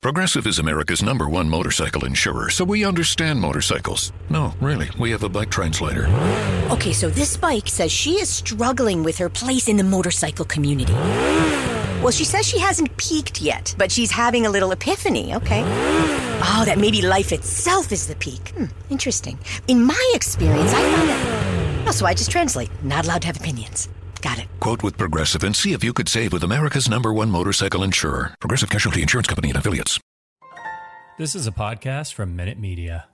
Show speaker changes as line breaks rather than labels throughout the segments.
Progressive is America's number one motorcycle insurer, so we understand motorcycles. No, really, we have a bike translator.
Okay, so this bike says she is struggling with her place in the motorcycle community. Well, she says she hasn't peaked yet, but she's having a little epiphany, okay? Oh, that maybe life itself is the peak. Hmm, interesting. In my experience, I found that. Also, I just translate. Not allowed to have opinions. Got it.
Quote with Progressive and see if you could save with America's number one motorcycle insurer, Progressive Casualty Insurance Company and affiliates.
This is a podcast from Minute Media.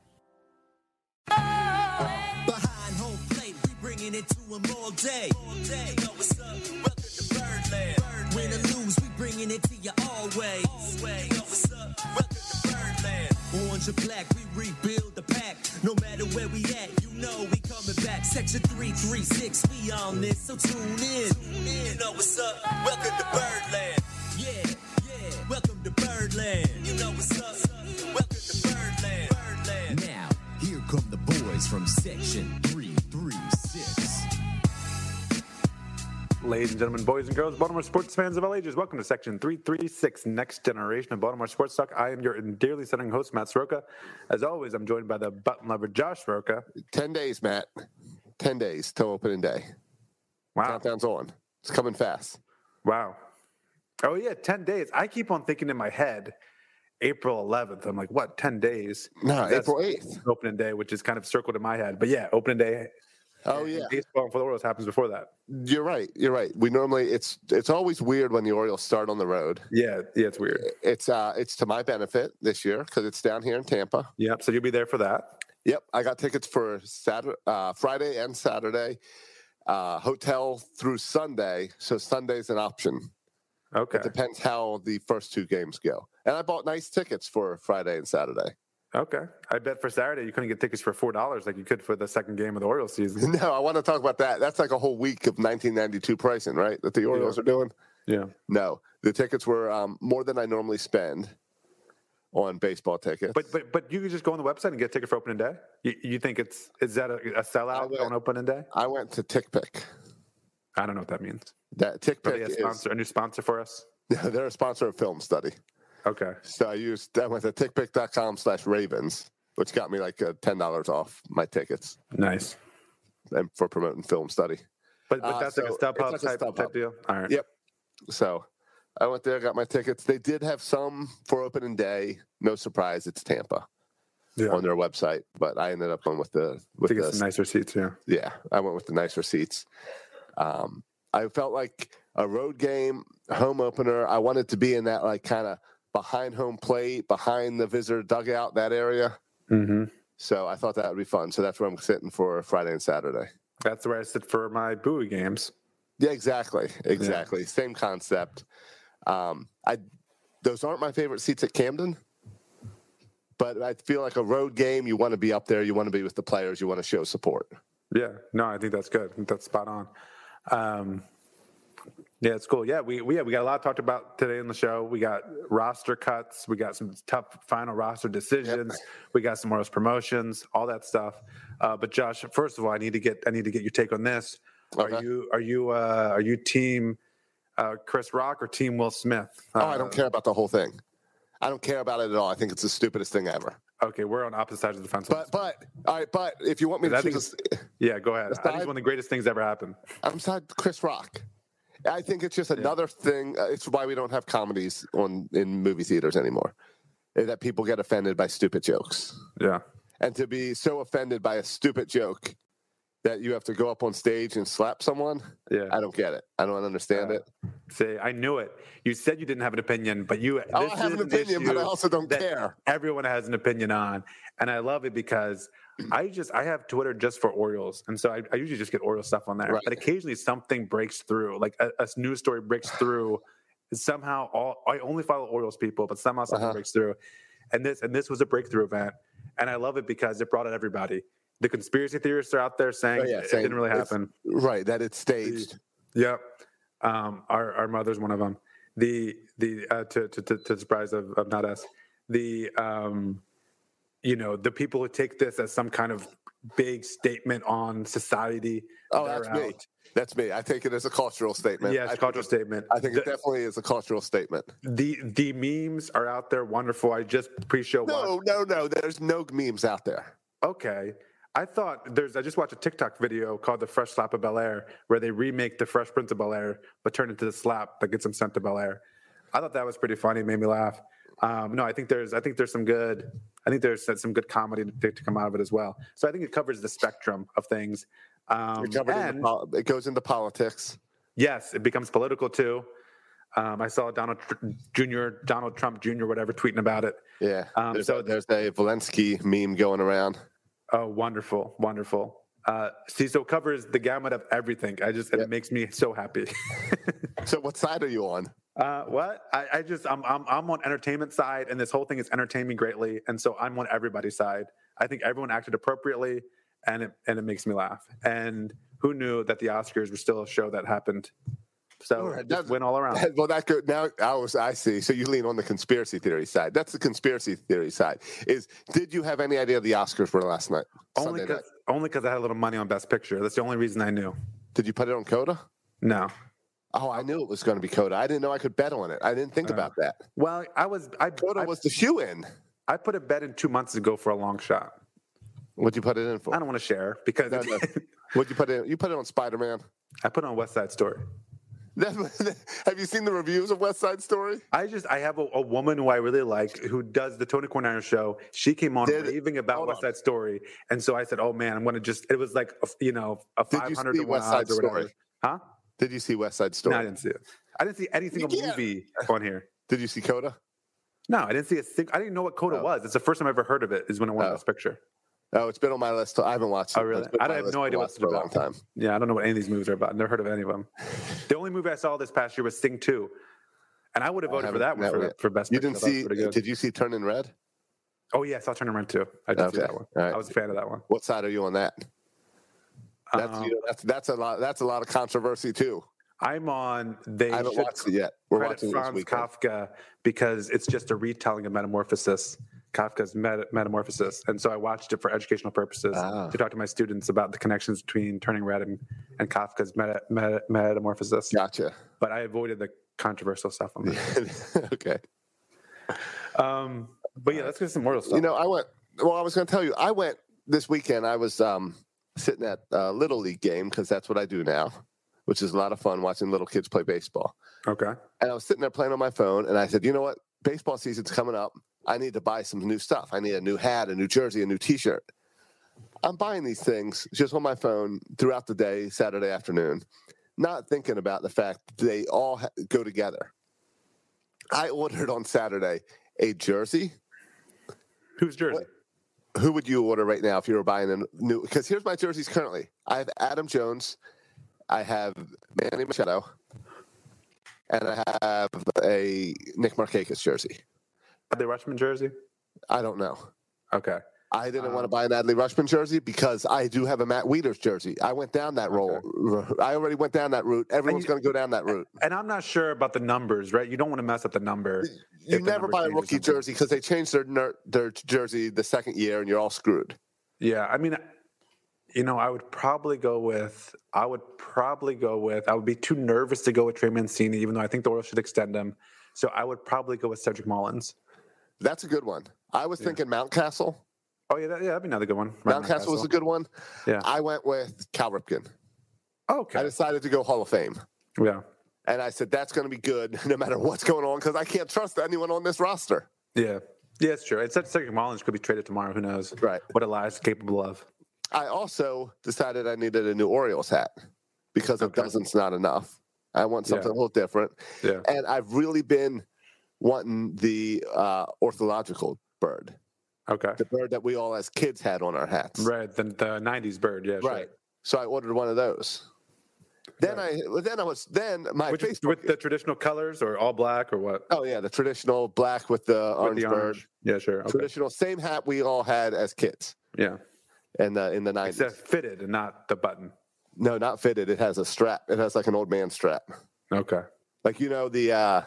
Behind home plate, we bringing it to 'em all day. All day. You know what's up, welcome to Birdland. Win or lose, we bringing it to you always. You know what's up, welcome to Birdland. Orange or black, we rebuild the pack. No matter where we at, you know we coming back. Section 336, we on this, so tune in. You know what's up, welcome to Birdland. Yeah, yeah, welcome to Birdland. You know what's up, welcome to Birdland. Birdland. Now, here come the boys from Section 336.
Ladies and gentlemen, boys and girls, Baltimore sports fans of all ages, welcome to Section 336, Next Generation of Baltimore Sports Talk. I am your dearly centering host, Matt Soroka. As always, I'm joined by the button lover, Josh Soroka.
10 days, Matt. 10 days till opening day.
Wow.
Countdown's on. It's coming fast.
Wow. Oh, yeah, 10 days. I keep on thinking in my head, April 11th. I'm like, what, 10 days?
No,
That's
April 8th.
Opening day, which is kind of circled in my head. But yeah, opening day.
Oh,
in
yeah.
Baseball for the Orioles happens before that.
You're right. You're right. We normally, it's it's always weird when the Orioles start on the road.
Yeah, yeah, it's weird.
It's uh it's to my benefit this year because it's down here in Tampa.
Yeah, so you'll be there for that.
Yep, I got tickets for Saturday, uh, Friday and Saturday. Uh, hotel through Sunday, so Sunday's an option.
Okay.
It depends how the first two games go. And I bought nice tickets for Friday and Saturday.
Okay. I bet for Saturday you couldn't get tickets for four dollars like you could for the second game of the Orioles season.
No, I want to talk about that. That's like a whole week of 1992 pricing, right? That the Orioles are doing.
yeah.
No, the tickets were um, more than I normally spend on baseball tickets.
But but but you could just go on the website and get a ticket for opening day. You, you think it's is that a, a sellout
went-
on opening day?
I went to TickPick.
I don't know what that means.
That
Are they
TickPick
a
is
sponsor, a new sponsor for us?
they're a sponsor of Film Study.
Okay.
So I used I went to TickPick.com/Ravens, which got me like uh, ten dollars off my tickets
Nice.
and for promoting Film Study.
But, but
Uh,
that's like
so
a step up
it's like
type,
a
type
StubHub.
deal. All right.
Yep. So I went there, got my tickets. They did have some for opening day. No surprise, it's Tampa
Yeah.
on their website, but I ended up going with the with
to get
the
some nicer seats, yeah.
yeah, I went with the nicer seats. Um, I felt like a road game, home opener. I wanted to be in that like kind of behind home plate, behind the visitor dugout, that area.
Mm-hmm.
So I thought that would be fun. So that's where I'm sitting for Friday and Saturday.
That's where I sit for my Bowie games.
Yeah, exactly, exactly. Same concept. Um, I those aren't my favorite seats at Camden, but I feel like a road game. You want to be up there. You want to be with the players. You want to show support.
Yeah, no, I think that's good. I think that's spot on. Um, yeah, it's cool. Yeah, we we yeah, we got a lot talked about today in the show. We got roster cuts. We got some tough final roster decisions. We got some Orioles promotions, all that stuff. Uh, but Josh, first of all, I need to get I need to get your take on this. Are
Okay.
you are you uh, are you team uh, Chris Rock or team Will Smith?
Oh, I don't care about the whole thing. I don't care about it at all. I think it's the stupidest thing ever.
Uh, Okay, we're on opposite sides of the fence. on
But
this one.
but all right, but if you want me
But I
to
think
choose, a-
yeah, go ahead. I
Let's
think it's
dive-
one of the greatest things ever happened.
I'm sorry, Chris Rock. I think it's just another thing. uh, It's why we don't have comedies on in movie theaters anymore. is That people get offended by stupid jokes,
Yeah,
and to be so offended by a stupid joke that you have to go up on stage and slap someone,
yeah.
I don't get it. I don't understand
Yeah.
it.
Say, I knew it. You said you didn't have an opinion, but you.
Oh, I
this
have
is
an opinion, but I
issue
also don't
that
care.
Everyone has an opinion on, and I love it because I just I have Twitter just for Orioles, and so I, I usually just get Orioles stuff on there.
Right.
But occasionally something breaks through, like a, a news story breaks through. Somehow, all I only follow Orioles people, but somehow something
Uh-huh.
breaks through, and this and this was a breakthrough event, and I love it because it brought out everybody. The conspiracy theorists are out there saying
Oh, yeah,
it
saying
didn't really
it's-
happen.
Right, that it's staged.
Yep. Um, our our mother's one of them. The the uh, to, to to to the surprise of, of not us. The um, you know the people who take this as some kind of big statement on society.
Oh,
they're
that's me.
out.
That's me. I take it as a cultural statement.
Yeah,
I
it's a
think
cultural
it-
statement.
I think it
The-
definitely is a cultural statement.
the the memes are out there. Wonderful. I just pre-show watched
No, no, no. There's no memes out there.
Okay. I thought there's. I just watched a TikTok video called "The Fresh Slap of Bel Air," where they remake the Fresh Prince of Bel Air, but turn it to the slap that gets them sent to Bel Air. I thought that was pretty funny. It made me laugh. Um, no, I think there's. I think there's some good. I think there's some good comedy to, to come out of it as well. So I think it covers the spectrum of things. Um,
It covered into
and-
pol- it goes into politics.
Yes, it becomes political too. Um, I saw Donald Tr- Jr., Donald Trump Jr., whatever, tweeting about it.
Yeah.
Um,
there's,
so-
a, there's a Valensky meme going around.
Oh, wonderful, wonderful. Uh, see, so it covers the gamut of everything. I just it makes me so happy.
So what side are you on?
uh, what I, I just I'm, I'm I'm on entertainment side, and this whole thing has entertained me greatly, and so I'm on everybody's side. I think everyone acted appropriately, and it and it makes me laugh. And who knew that the Oscars were still a show that happened? So
All right,
it just
that's-
went all around.
Well, that go, now I was I see. So you lean on the conspiracy theory side. That's the conspiracy theory side. Is did you have any idea the Oscars were last night?
Only
Sunday
because
night?
only because I had a little money on Best Picture. That's the only reason I knew.
Did you put it on Coda?
No.
Oh, I knew it was going to be Coda. I didn't know I could bet on it. I didn't think about that.
Well, I was I
Coda
Um, I,
was the shoe in.
I put a bet in two months ago for a long shot.
What'd you put it in for?
I don't want to share because
No, no. What'd you put it? In? You put it on Spider Man.
I put on West Side Story.
have you seen the reviews of West Side Story?
I just I have a, a woman who I really like who does the Tony Cornell show. She came on
Did-
raving about
hold
West
on.
Side Story, and so I said, "Oh man, I'm gonna just." It was like a f- you know a
Did you
500
see
to one
West Side
odds or whatever.
Story?
Huh?
Did you see West Side Story?
No, I didn't see it. I didn't see any single
can't-
movie on here.
Did you see Coda?
No, I didn't see a single. I didn't know what code it
Oh.
was. It's the first time I ever heard of it. Is when I won
Oh.
this picture.
Oh, it's been on my list. I haven't watched it.
Oh, really?
It's been
I
on my
have
list
no
to
idea what
watch
it's
for a long
about.
time.
Yeah, I don't know what any of these movies are about. Never heard of any of them. the only movie I saw this past year was Sing Two, and I would have voted for
haven't
that
seen
one
that
for,
yet.
for best.
You
Picture.
didn't
I thought it was
see?
pretty good.
Did you see Turning Red?
Oh yes, I'll turn around too. I did see
Okay,
that one.
all right.
I was a fan of that one.
What side are you on that? That's,
Um,
you know, that's that's a lot. That's a lot of controversy too.
I'm on. They
I haven't
should
watched it yet. We're
credit
watching it this
Franz
weekend.
Kafka because it's just a retelling of Metamorphosis, Kafka's Meta- Metamorphosis, and so I watched it for educational purposes
Ah.
to talk to my students about the connections between Turning Red and, and Kafka's meta, meta, Metamorphosis.
Gotcha.
But I avoided the controversial stuff on that.
okay.
Um, but yeah, let's get some more stuff.
You know, I went. Well, I was going to tell you, I went this weekend. I was um, sitting at a little league game because that's what I do now, which is a lot of fun watching little kids play baseball.
okay.
And I was sitting there playing on my phone, and I said, "You know what? Baseball season's coming up. I need to buy some new stuff. I need a new hat, a new jersey, a new T-shirt. I'm buying these things just on my phone throughout the day, Saturday afternoon, not thinking about the fact that they all ha- go together. I ordered on Saturday a jersey."
Who's Jersey?
who would you order right now if you were buying a new? Because here's my jerseys currently. I have Adam Jones, I have Manny Machado, and I have a Nick Markakis jersey.
Are they Rushman Jersey?
I don't know.
Okay.
I didn't want to buy an Adley Rushman jersey because I do have a Matt Wieters jersey. I went down that roll. I already went down that route. Everyone's
you-
going to go down that route.
And I'm not sure about the numbers, right? You don't want to mess up the number.
You
if the
never
number
buy a
changes
rookie
something.
jersey because they change their ner- their jersey the second year and you're all screwed.
Yeah, I mean, you know, I would probably go with. I would probably go with. I would be too nervous to go with Trey Mancini, even though I think the Orioles should extend him. So I would probably go with Cedric Mullins.
That's a good one. I was thinking Mountcastle.
Oh yeah, that, yeah, that'd be another good one. Ryan
Mountcastle was a good one.
Yeah.
I went with Cal Ripken. I
Okay.
decided to go Hall of Fame.
yeah.
And I said, that's going to be good no matter what's going on because I can't trust anyone on this roster.
Yeah. Yeah, it's true. It's that Cedric Mullins could be traded tomorrow. Who knows?
Right.
What Elias is capable of.
I also decided I needed a new Orioles hat because a
Okay.
dozen's not enough. I want something
Yeah.
a little different.
Yeah.
And I've really been wanting the uh, orthological bird,
Okay.
the bird that we all as kids had on our hats.
Right. The, the '90s bird. Yeah. sure.
Right. So I ordered one of those. Then I well, then I was then my
Which
Facebook
with the traditional colors or all black or what?
oh yeah the traditional black with the
With
orange
the
bird
Yeah, sure. Okay.
traditional same hat we all had as kids
Yeah.
and uh, in the nineties.
Except fitted and not the button.
No, not fitted. It has a strap. It has like an old man strap.
Okay.
Like you know the uh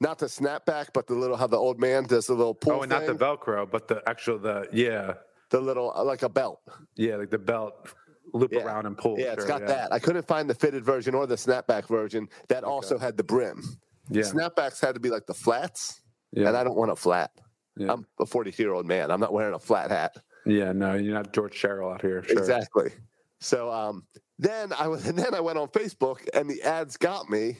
not the snapback, but the little how the old man does the little pull.
Oh, and not the
thing,
Velcro, but the actual the yeah,
the little uh, like a belt.
yeah, like the belt loop
Yeah.
around and pull.
yeah, it's
sure,
got that. I couldn't find the fitted version or the snapback version that also had the brim.
Yeah.
Snapbacks had to be like the flats,
Yeah.
and I don't want a flat.
Yeah.
I'm a 42 year old man. I'm not wearing a flat hat.
Yeah, no, you're not George Sherrill out here. Sure.
Exactly. So um, then I was, and then I went on Facebook, and the ads got me,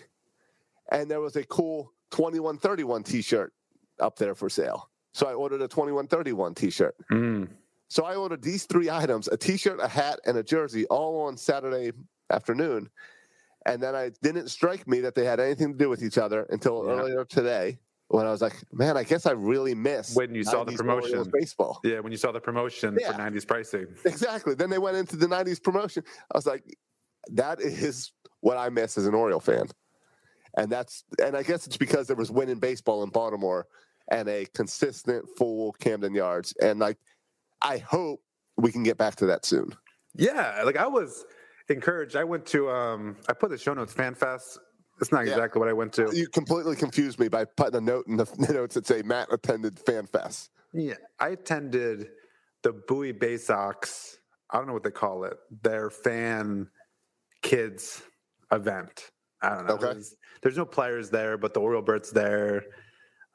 and there was a cool 2131 T-shirt up there for sale. So I ordered a 2131 T-shirt.
Mm.
So I ordered these three items: a T-shirt, a hat, and a jersey, all on Saturday afternoon. And then I didn't strike me that they had anything to do with each other until
Yeah.
earlier today, when I was like, "Man, I guess I really missed
When you saw the
90s Orioles
promotion.
baseball."
Yeah, when you saw the promotion
Yeah.
for 90s pricing.
Exactly. Then they went into the 90s promotion. I was like, that is what I miss as an Oriole fan. And that's and I guess it's because there was winning baseball in Baltimore and a consistent full Camden Yards. And like I hope we can get back to that soon.
Yeah, like I was encouraged. I went to um I put the show notes fan fest. It's not
Yeah.
exactly what I went to.
You completely confused me by putting a note in the the notes that say Matt attended Fan Fest.
Yeah, I attended the Bowie Bay Sox. I don't know what they call it. Their fan kids event. I don't know.
Okay.
There's, there's no players there, but the Oriole Bert's there.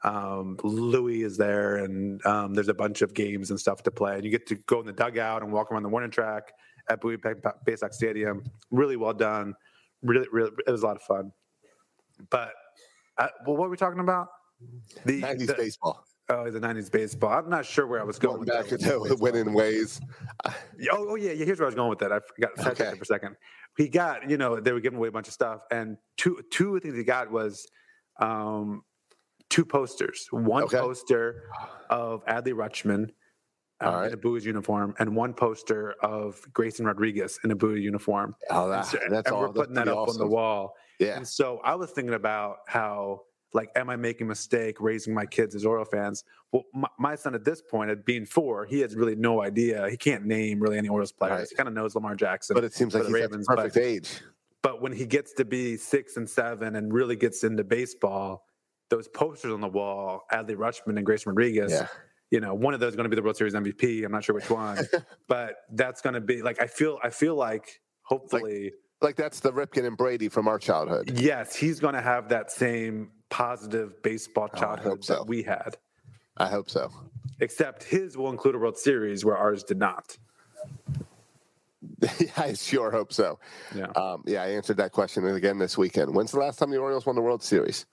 Um, Louis is there, and um, there's a bunch of games and stuff to play. And you get to go in the dugout and walk around the warning track at Bowie Bay, Bay Sox Stadium. Really well done. Really, really, it was a lot of fun. But I, well, what were we talking about? The,
90s
the-
baseball.
Oh, the '90s baseball. I'm not sure where I was going.
Going
with
back
that.
to winning ways.
Oh, oh yeah, yeah. Here's where I was going with that. I forgot sidetracked
Okay.
it for a second. He got, you know, they were giving away a bunch of stuff, and two two of the things he got was um, two posters. One
Okay.
poster of Adley Rutschman um,
All right.
in a Boo's uniform, and one poster of Grayson Rodriguez in a Boo uniform.
Oh,
And
that,
so-
that's
and
all.
we're putting
that's
that up
pretty
on the
awesome.
wall.
Yeah.
And so I was thinking about how, like, am I making a mistake raising my kids as Oriole fans? Well, my, my son at this point, at being four, he has really no idea. He can't name really any Orioles players.
Right.
He kind of knows Lamar Jackson,
But it seems
for
like
the
he's at the
Ravens, but-
perfect age.
but when he gets to be six and seven and really gets into baseball, those posters on the wall, Adley Rutschman and Grace Rodriguez,
Yeah.
you know, one of those is going to be the World Series MVP. I'm not sure which one, but that's going to be like I feel. I feel like hopefully.
Like that's the Ripken and Brady from our childhood.
Yes, he's going to have that same positive baseball
Oh, I
childhood
hope so.
that we had,
I hope so.
except his will include a World Series where ours did not.
I sure hope so.
Yeah.
Um, yeah, I answered that question again this weekend. When's the last time the Orioles won the World Series?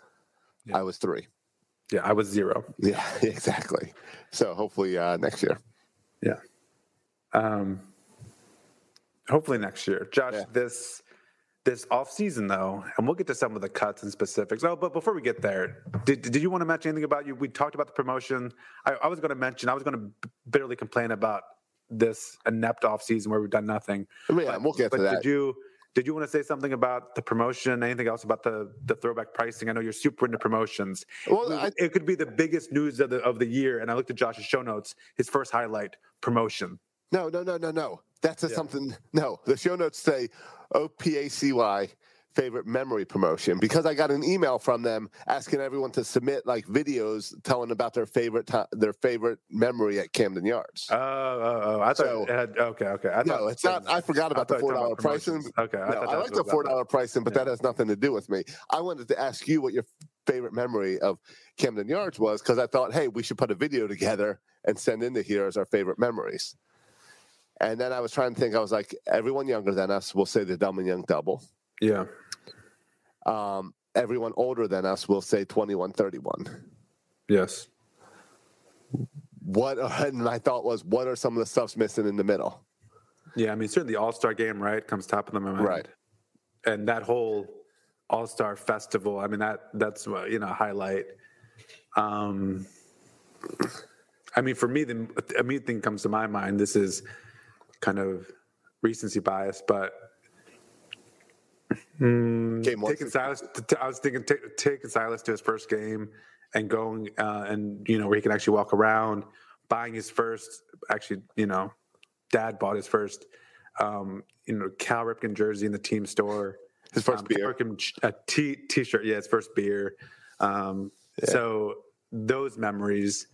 I was three.
yeah, I was zero.
Yeah, exactly. So hopefully uh, next year.
Yeah. Um, hopefully next year, Josh.
Yeah.
This this off season though, and we'll get to some of the cuts and specifics. Oh, but before we get there, did did you want to mention anything about you? We talked about the promotion. I, I was going to mention. I was going to bitterly complain about this inept off season where we've done nothing.
Yeah, we'll get to
but
that.
Did you did you want to say something about the promotion? Anything else about the the throwback pricing? I know you're super into promotions.
Well,
it,
I-
it could be the biggest news of the of the year. And I looked at Josh's show notes. His first highlight promotion.
no, no, no, no, no. That's a something. No, the show notes say OPACY favorite memory promotion because I got an email from them asking everyone to submit like videos telling about their favorite ti their favorite memory at Camden Yards.
Oh, oh, oh. I thought
So-
it had, okay, okay. I thought,
No, it's not. I forgot about
thought
the
you were
four
talking
dollar
about
pricing.
promotions. Okay, I
I, no,
thought
I
that
like
was
the
about
four dollar pricing, but that has nothing to do with me. I wanted to ask you what your favorite memory of Camden Yards was because I thought, hey, we should put a video together and send into here as our favorite memories. And then I was trying to think. I was like, everyone younger than us will say the Dumb and Young Double.
yeah.
Um, everyone older than us will say twenty one thirty one.
Yes.
What? And my thought was, what are some of the stuffs missing in the middle?
Yeah. I mean, certainly the All Star game, right, comes top of the mind.
Right.
And that whole All Star festival. I mean, that that's uh, you know a highlight. Um, I mean, for me, the immediate thing comes to my mind. This is kind of recency bias, but
Game one.
mm, taking Silas. t- t- I was thinking ta taking Silas to his first game and going uh, and you know where he can actually walk around, buying his first. Actually, you know, Dad bought his first, um, you know, Cal Ripken jersey in the team store.
His first
um,
beer.
Ripken j- a t t-shirt. Yeah, his first beer. Um, So those memories.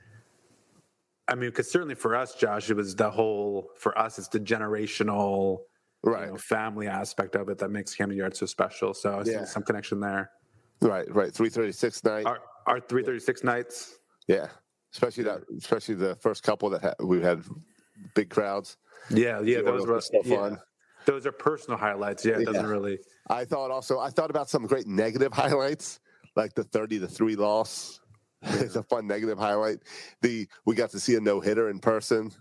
I mean, because certainly for us, Josh, it was the whole. For us, it's the generational
Right.
you know, family aspect of it that makes Camden Yard so special. So I see
Yeah.
some connection there.
Right. Right. Three thirty six night.
Our our 336 nights.
Yeah. Especially that. Especially the first couple that ha- we had big crowds.
Yeah, yeah,
Yeah,
those
those
were
were so
yeah.
fun.
Those are personal highlights. Yeah, it doesn't
Yeah.
really.
I thought also. I thought about some great negative highlights, like the thirty to three loss. it's a fun negative highlight. The we got to see a no hitter in person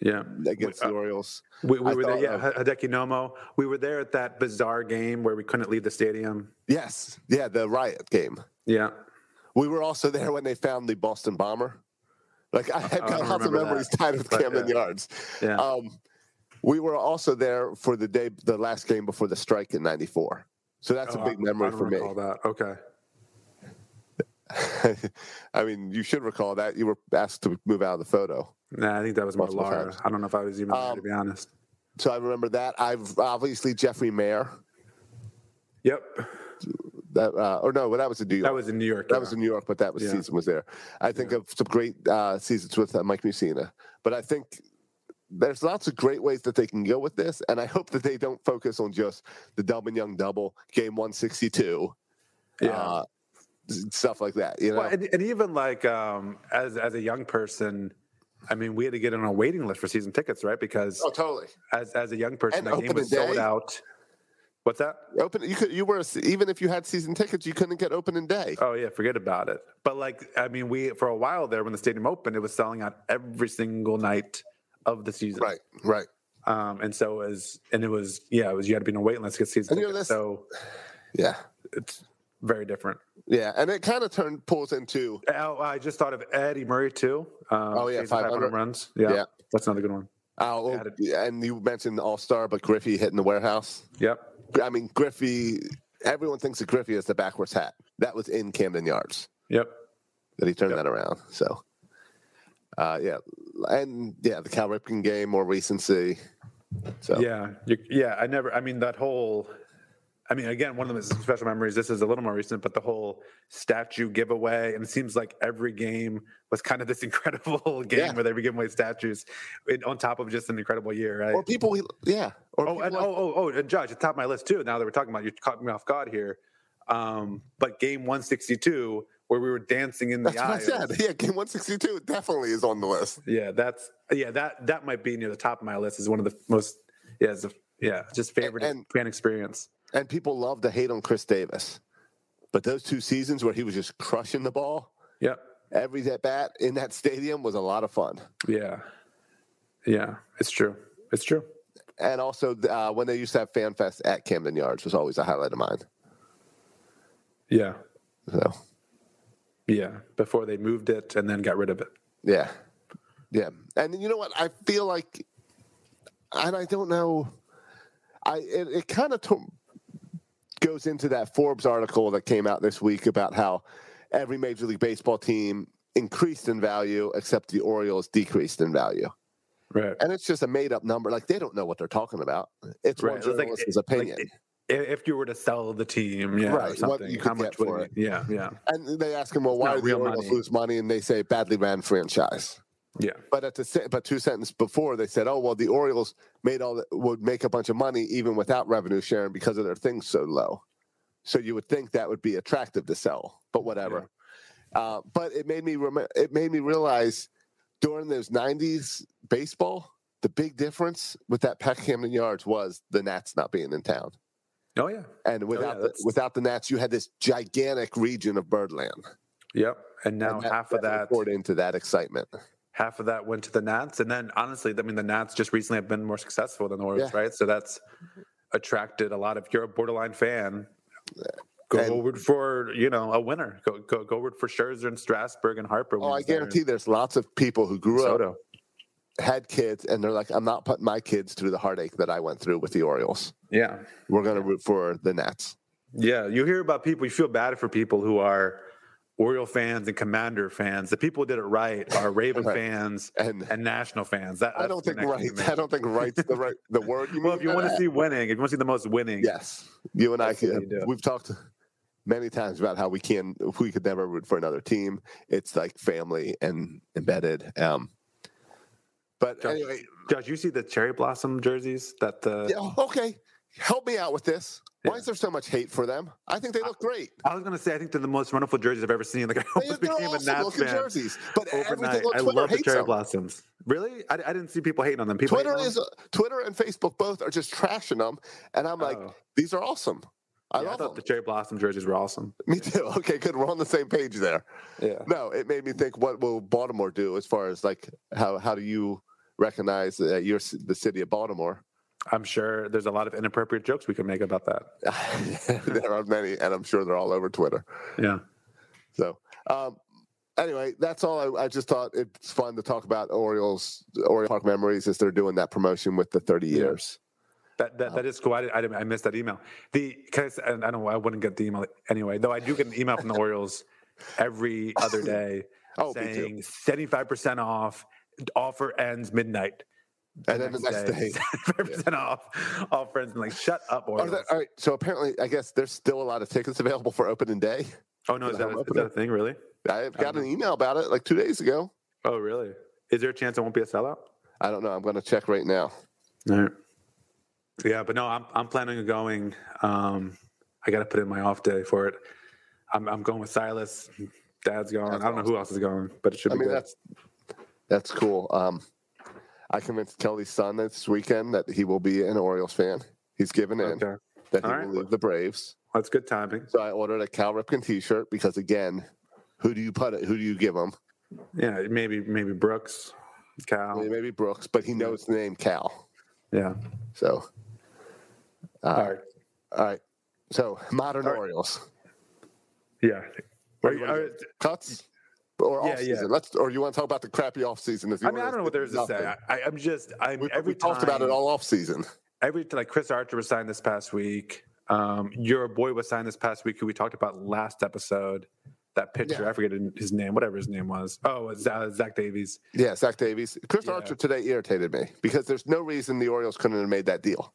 Yeah,
against
uh
the Orioles.
we, we
I
were there.
thought
Yeah,
of-
Hideki Nomo. We were there at that bizarre game where we couldn't leave the stadium.
Yes. Yeah. The riot game.
Yeah,
We were also there when they found the Boston bomber. Like I have
I
got
don't
lots of
remember that,
memories tied with
but,
Camden
yeah.
Yards.
yeah,
Um, we were also there for the day, the last game before the strike in '94. So that's
Oh,
a big
I- I
memory
don't
for me.
recall That. Okay.
I mean, you should recall that you were asked to move out of the photo.
Nah, I think that was more
Multiple
Laura.
times.
I don't know if I was even there,
Um,
to be honest.
So I remember that. I've obviously Jeffrey Mayer.
Yep,
That uh, or no, well, that was in New York.
that was in New York.
That
yeah.
was in New York, but that was
Yeah.
season was there. I think of some great uh, seasons with uh, Mike Mussina, but I think there's lots of great ways that they can go with this, and I hope that they don't focus on just the Delvin Young double, game 162,
Yeah.
uh, s- stuff like that. You know,
Well, and, and even like um, as as a young person, I mean, we had to get on a waiting list for season tickets, right? Because
oh, totally.
as as a young person,
And
the game
open
was
day.
sold out. What's that?
Open. You could. You were even if you had season tickets, you couldn't get opening day.
Oh yeah, forget about it. But like, I mean, we for a while there when the stadium opened, it was selling out every single night of the season,
Right. Right.
Um, and so it was, and it was, yeah, it was. You had to be on a waiting list to get season
And you're
tickets.
less-
So
Yeah.
it's very different.
Yeah, and it kind of turned pulls into
Oh, I just thought of Eddie Murray too. Um,
Oh, yeah,
chasing 500
500.
runs. Yeah,
Yeah.
that's another good one.
uh, well,
Added-
and you mentioned All Star, but Griffey hitting the warehouse.
Yep.
I mean, Griffey, everyone thinks of Griffey as the backwards hat. That was in Camden Yards
Yep.
that he turned that around. So, uh, yeah. And yeah, the Cal Ripken game, more recency. So,
Yeah, you, yeah. I never. I mean, that whole. I mean, again, one of the special memories. This is a little more recent, but the whole statue giveaway, and it seems like every game was kind of this incredible game
Yeah.
where they were giving away statues it, on top of just an incredible year, right?
or people, we- yeah. Or
oh,
people
and,
like-
oh, oh, oh, and Josh, at the top of my list too. Now that we're talking about, you caught me off guard here. Um, but game one sixty two, where we were dancing in the
that's what I
aisles.
said. Yeah, game 162 definitely is on the list.
Yeah, that's yeah that that might be near the top of my list. Is one of the most yeah, it's a, yeah, just favorite
and-
fan experience.
And people love to hate on Chris Davis. But those two seasons where he was just crushing the ball,
Yep.
every at bat in that stadium was a lot of fun.
Yeah. Yeah, it's true. It's true.
And also uh, when they used to have Fan Fest at Camden Yards was always a highlight of mine.
Yeah.
So
Yeah. Before they moved it and then got rid of it.
yeah, yeah. And you know what? I feel like, and I don't know. I it, it kind of to goes into that Forbes article that came out this week about how every Major League Baseball team increased in value except the Orioles decreased in value.
Right.
And it's just a made up number. Like they don't know what they're talking about. It's
Right.
one
It was like-
journalist's
like,
opinion.
i- If you were to sell the team, yeah,
Right,
or
what
something,
you
how
could
much
get
would
for
it? be? Yeah, yeah,
And they ask him, "Well, why
not
did the
real
Orioles
money.
lose money?" And they say, "Badly ran franchise."
yeah,
But at the se- but two sentences before, they said, "Oh, well, the Orioles made all the, would make a bunch of money even without revenue sharing because of their things so low." So you would think that would be attractive to sell, but whatever. Uh, but it made me rem- it made me realize during those '90s baseball, the big difference with that Pat Camden Yards was the Nats not being in town,
oh yeah,
and without the,
that's-
without the Nats, you had this gigantic region of Birdland.
yep. And now
And that
half of
definitely
that,
poured into that excitement.
half of that went to the Nats, and then honestly, I mean, the Nats just recently have been more successful than the Orioles,
Yeah.
right? So that's attracted a lot of. You're a borderline fan. Go
And-
root for you know a winner. Go go go root for Scherzer and Strasburg and Harper.
Oh,
when
I
he's there.
guarantee there's lots of people who grew up
Soto.
had kids and they're like, I'm not putting my kids through the heartache that I went through with the Orioles.
Yeah.
We're going to root for the Nets.
Yeah. You hear about people, you feel bad for people who are Oriole fans and Commander fans. The people who did it right are Raven
Right.
fans
And-
and, National fans. That,
I
that's
don't
the
think
connection
right.
you
I
make.
don't think right's the right the word. You
Well,
mean?
if you want to see winning, if you want to see the most winning,
yes, you and I.
That's what
Can,
you do.
we've talked many times about how we can we could never root for another team. It's like family and embedded. Um, but
Josh,
anyway,
Josh, you see the cherry blossom jerseys that the
yeah, okay. Help me out with this. Why
Yeah.
is there so much hate for them? I think they look great.
I was gonna say I think they're the most wonderful jerseys I've ever seen. Like I
They,
almost
are
became a
awesome
Nats
looking
fan
jerseys, but
overnight.
everything on
I
Twitter
love the
hates
cherry
them.
blossoms. Really? I, I didn't see people hating on them. People
Twitter
hating on
is
them?
Twitter and Facebook both are just trashing them, and I'm um, like,
Oh.
these are awesome. I
Yeah, I
love
thought
them.
the cherry blossom jerseys were awesome.
Me too. Okay, good. We're on the same page there.
Yeah.
No, it made me think. What will Baltimore do as far as like how how do you recognize that you're c- the city of Baltimore?
I'm sure there's a lot of inappropriate jokes we can make about that.
there are many, and I'm sure they're all over Twitter.
Yeah.
So, um, anyway, that's all. I, I just thought it's fun to talk about Orioles Oriole Park memories as they're doing that promotion with the 30 years.
That, that, that is cool. I, did, I, didn't- I missed that email. The cause I, I don't know. I wouldn't get the email anyway. Though I do get an email from the Orioles every other day
Oh, me too.
saying seventy five percent off. Offer ends midnight.
and then the next day.
seventy-five percent off. All friends and like shut up.
Are
Orioles.
there, all right. So apparently, I guess there's still a lot of tickets available for opening day.
oh no, is
the
that,
home
a, is
opener?
that a thing? Really?
I got an email about it like two days ago.
Oh really? Is there a chance it won't be a sellout?
I don't know. I'm going to check right now.
All right. Yeah, but no, I'm I'm planning on going. Um, I got to put in my off day for it. I'm I'm going with Silas. Dad's going. I don't know who else is going, but it should
I
be
mean,
good.
that's that's cool. Um, I convinced Kelly's son this weekend that he will be an Orioles fan. He's given in
okay.
that he
All right.
will leave the Braves.
That's good timing.
So I ordered a Cal Ripken T-shirt because, again, who do you put it? Who do you give him?
Yeah, maybe maybe Brooks,
I
Cal.
mean, maybe Brooks, but he knows the name Cal.
Yeah.
So,
All right.
all right. So modern
All right.
Orioles
Yeah. Are you-
wanna
are-
cuts or
Yeah,
off
yeah.
season. Let's or you want to talk about the crappy off season?
I mean, I don't know what there is to say. I, I'm just I'm
We,
every
we talked about it
time-
all off season.
every like Chris Archer was signed this past week. Um, your boy was signed this past week, who we talked about last episode. That pitcher,
Yeah.
I forget his name, whatever his name was. Oh, it's uh, Zach Davies.
Yeah, Zach Davies. Chris
Yeah.
Archer today irritated me because there's no reason the Orioles couldn't have made that deal.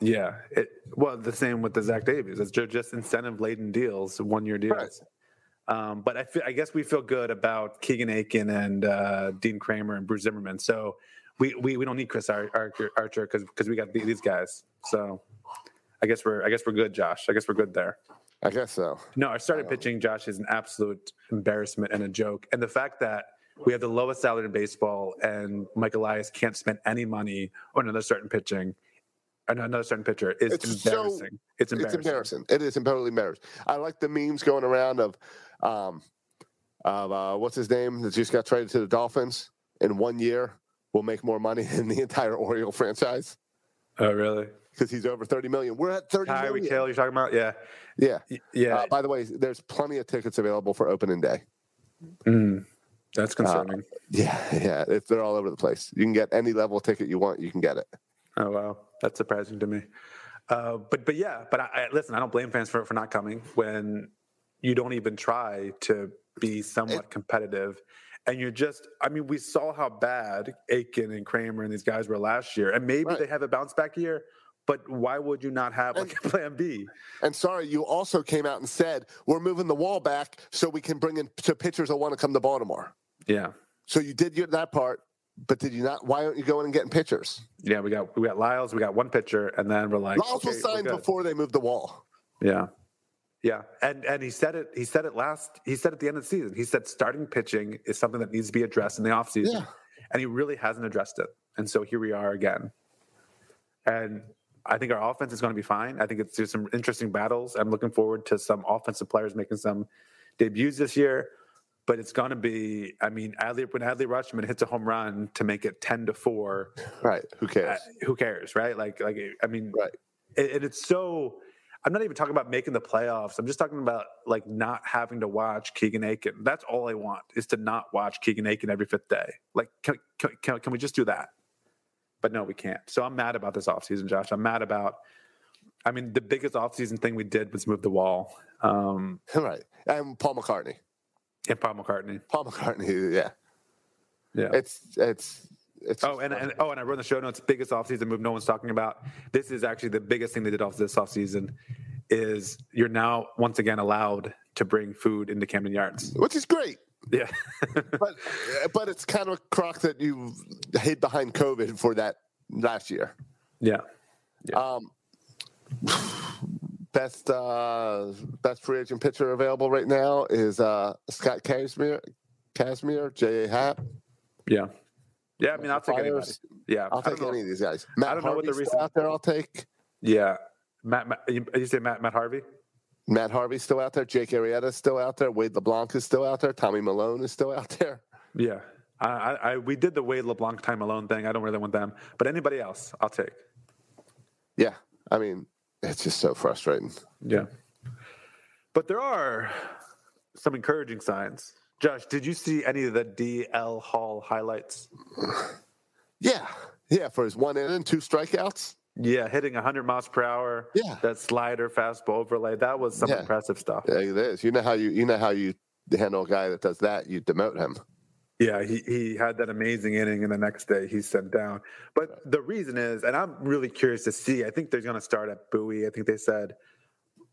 Yeah. It, well, the same with the Zach Davies. It's ju- just incentive laden deals, one year deals. Um, but I, feel, I guess we feel good about Keegan Aiken and uh, Dean Kramer and Bruce Zimmerman. So we, we, we don't need Chris Ar- Archer Archer because we got the- these guys. So I guess we're I guess we're good, Josh. I guess we're good there.
I guess so.
No, our starting pitching, Josh, is an absolute embarrassment and a joke. And the fact that we have the lowest salary in baseball and Mike Elias can't spend any money on another starting pitching, on another starting pitcher is
It's so-
embarrassing. it's embarrassing.
It's embarrassing. It is totally embarrassing. I like the memes going around of, um, of uh, what's his name that just got traded to the Dolphins in one year. Will make more money than the entire Oriole franchise
Oh, really?
because he's over thirty million. We're at thirty million.
Tyree Kill, you're talking about? Yeah.
Yeah.
Y- Yeah.
Uh, by the way, there's plenty of tickets available for opening day.
Mm. that's
uh,
concerning.
Yeah, yeah. If they're all over the place, you can get any level of ticket you want. You can get it.
Oh wow, that's surprising to me. Uh, but but yeah, but I, I listen. I don't blame fans for for not coming when you don't even try to be somewhat competitive, and you're just. I mean, we saw how bad Aiken and Kramer and these guys were last year, and maybe
Right.
they have a bounce back year. But why would you not have like a plan B?
And sorry, you also came out and said we're moving the wall back so we can bring in so pitchers that want to come to Baltimore.
Yeah,
So you did your, that part, but did you not? Why aren't you going and getting pitchers?
yeah. We got we got Lyles. We got one pitcher, and then we're like
Lyles was
okay, we're
signed
good.
before they moved the wall.
Yeah. Yeah. And and he said it he said it last he said at the end of the season. He said starting pitching is something that needs to be addressed in the offseason.
Yeah.
And he really hasn't addressed it. And so here we are again. And I think our offense is going to be fine. I think it's there's some interesting battles. I'm looking forward to some offensive players making some debuts this year. But it's going to be, I mean, Adley, when Adley Rutschman hits a home run to make it 10 to 4,
Right? Who cares?
uh, who cares, right? Like, like I mean,
Right.
and and it's so. I'm not even talking about making the playoffs. I'm just talking about like not having to watch Keegan Aiken. That's all I want is to not watch Keegan Aiken every fifth day. Like, can, can, can, can we just do that? But no, we can't. So I'm mad about this offseason, Josh. I'm mad about. I mean, the biggest offseason thing we did was move the wall. Um,
right. And Paul McCartney.
and Paul McCartney.
Paul McCartney. Yeah.
Yeah.
It's it's it's.
Oh, and, and oh, and I wrote in the show notes biggest offseason move no one's talking about. This is actually the biggest thing they did off this offseason is you're now once again allowed to bring food into Camden Yards.
which is great.
Yeah.
But uh, but it's kind of a crock that you hid behind COVID for that last year.
yeah.
Um, best uh, best free agent pitcher available right now is uh, Scott Kazmir, Kazmir, J.A. Happ.
Yeah. Yeah, I mean, I'll take anybody.
Fires.
Yeah.
I'll
I don't
take
know.
any of these guys. Matt
I don't know what the
Harvey's
reason-
still out there. I'll take
Yeah. Matt, Matt you, you say Matt Matt Harvey?
Matt Harvey's still out there. Jake Arrieta's still out there. Wade LeBlanc is still out there. Tommy Malone is still out there.
Yeah. I, I, I we did the Wade LeBlanc time alone thing. I don't really want them. But anybody else, I'll take.
Yeah, I mean, it's just so frustrating.
Yeah. But there are some encouraging signs. Josh, did you see any of the DL Hall highlights?
Yeah, yeah, for his one inning, two strikeouts.
Yeah, hitting 100 miles per hour.
Yeah.
That slider fastball overlay. That was some
Yeah.
impressive stuff.
Yeah, It is. You know how you you know how you handle a guy that does that. You demote him.
Yeah, he, he had that amazing inning, and the next day he's sent down. But the reason is, and I'm really curious to see, I think they're going to start at Bowie. I think they said.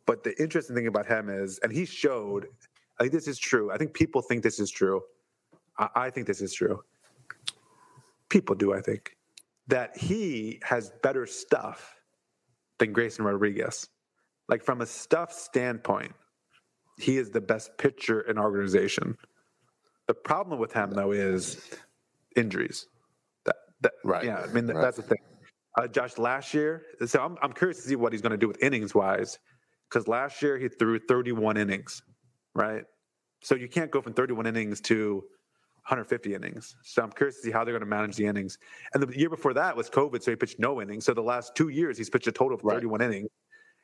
But the interesting thing about him is, and he showed, I think this is true. I think people think this is true. I, I think this is true. People do, I think, that he has better stuff than Grayson Rodriguez. Like from a stuff standpoint, he is the best pitcher in our organization. The problem with him though is injuries. That, that
Right,
Yeah, I mean that,
right.
that's the thing. Uh, Josh, last year, so I'm I'm curious to see what he's going to do with innings wise, because last year he threw 31 innings, right? So you can't go from 31 innings to 150 innings. So I'm curious to see how they're going to manage the innings. And the year before that was COVID, so he pitched no innings. So the last two years he's pitched a total of
Right.
31 innings.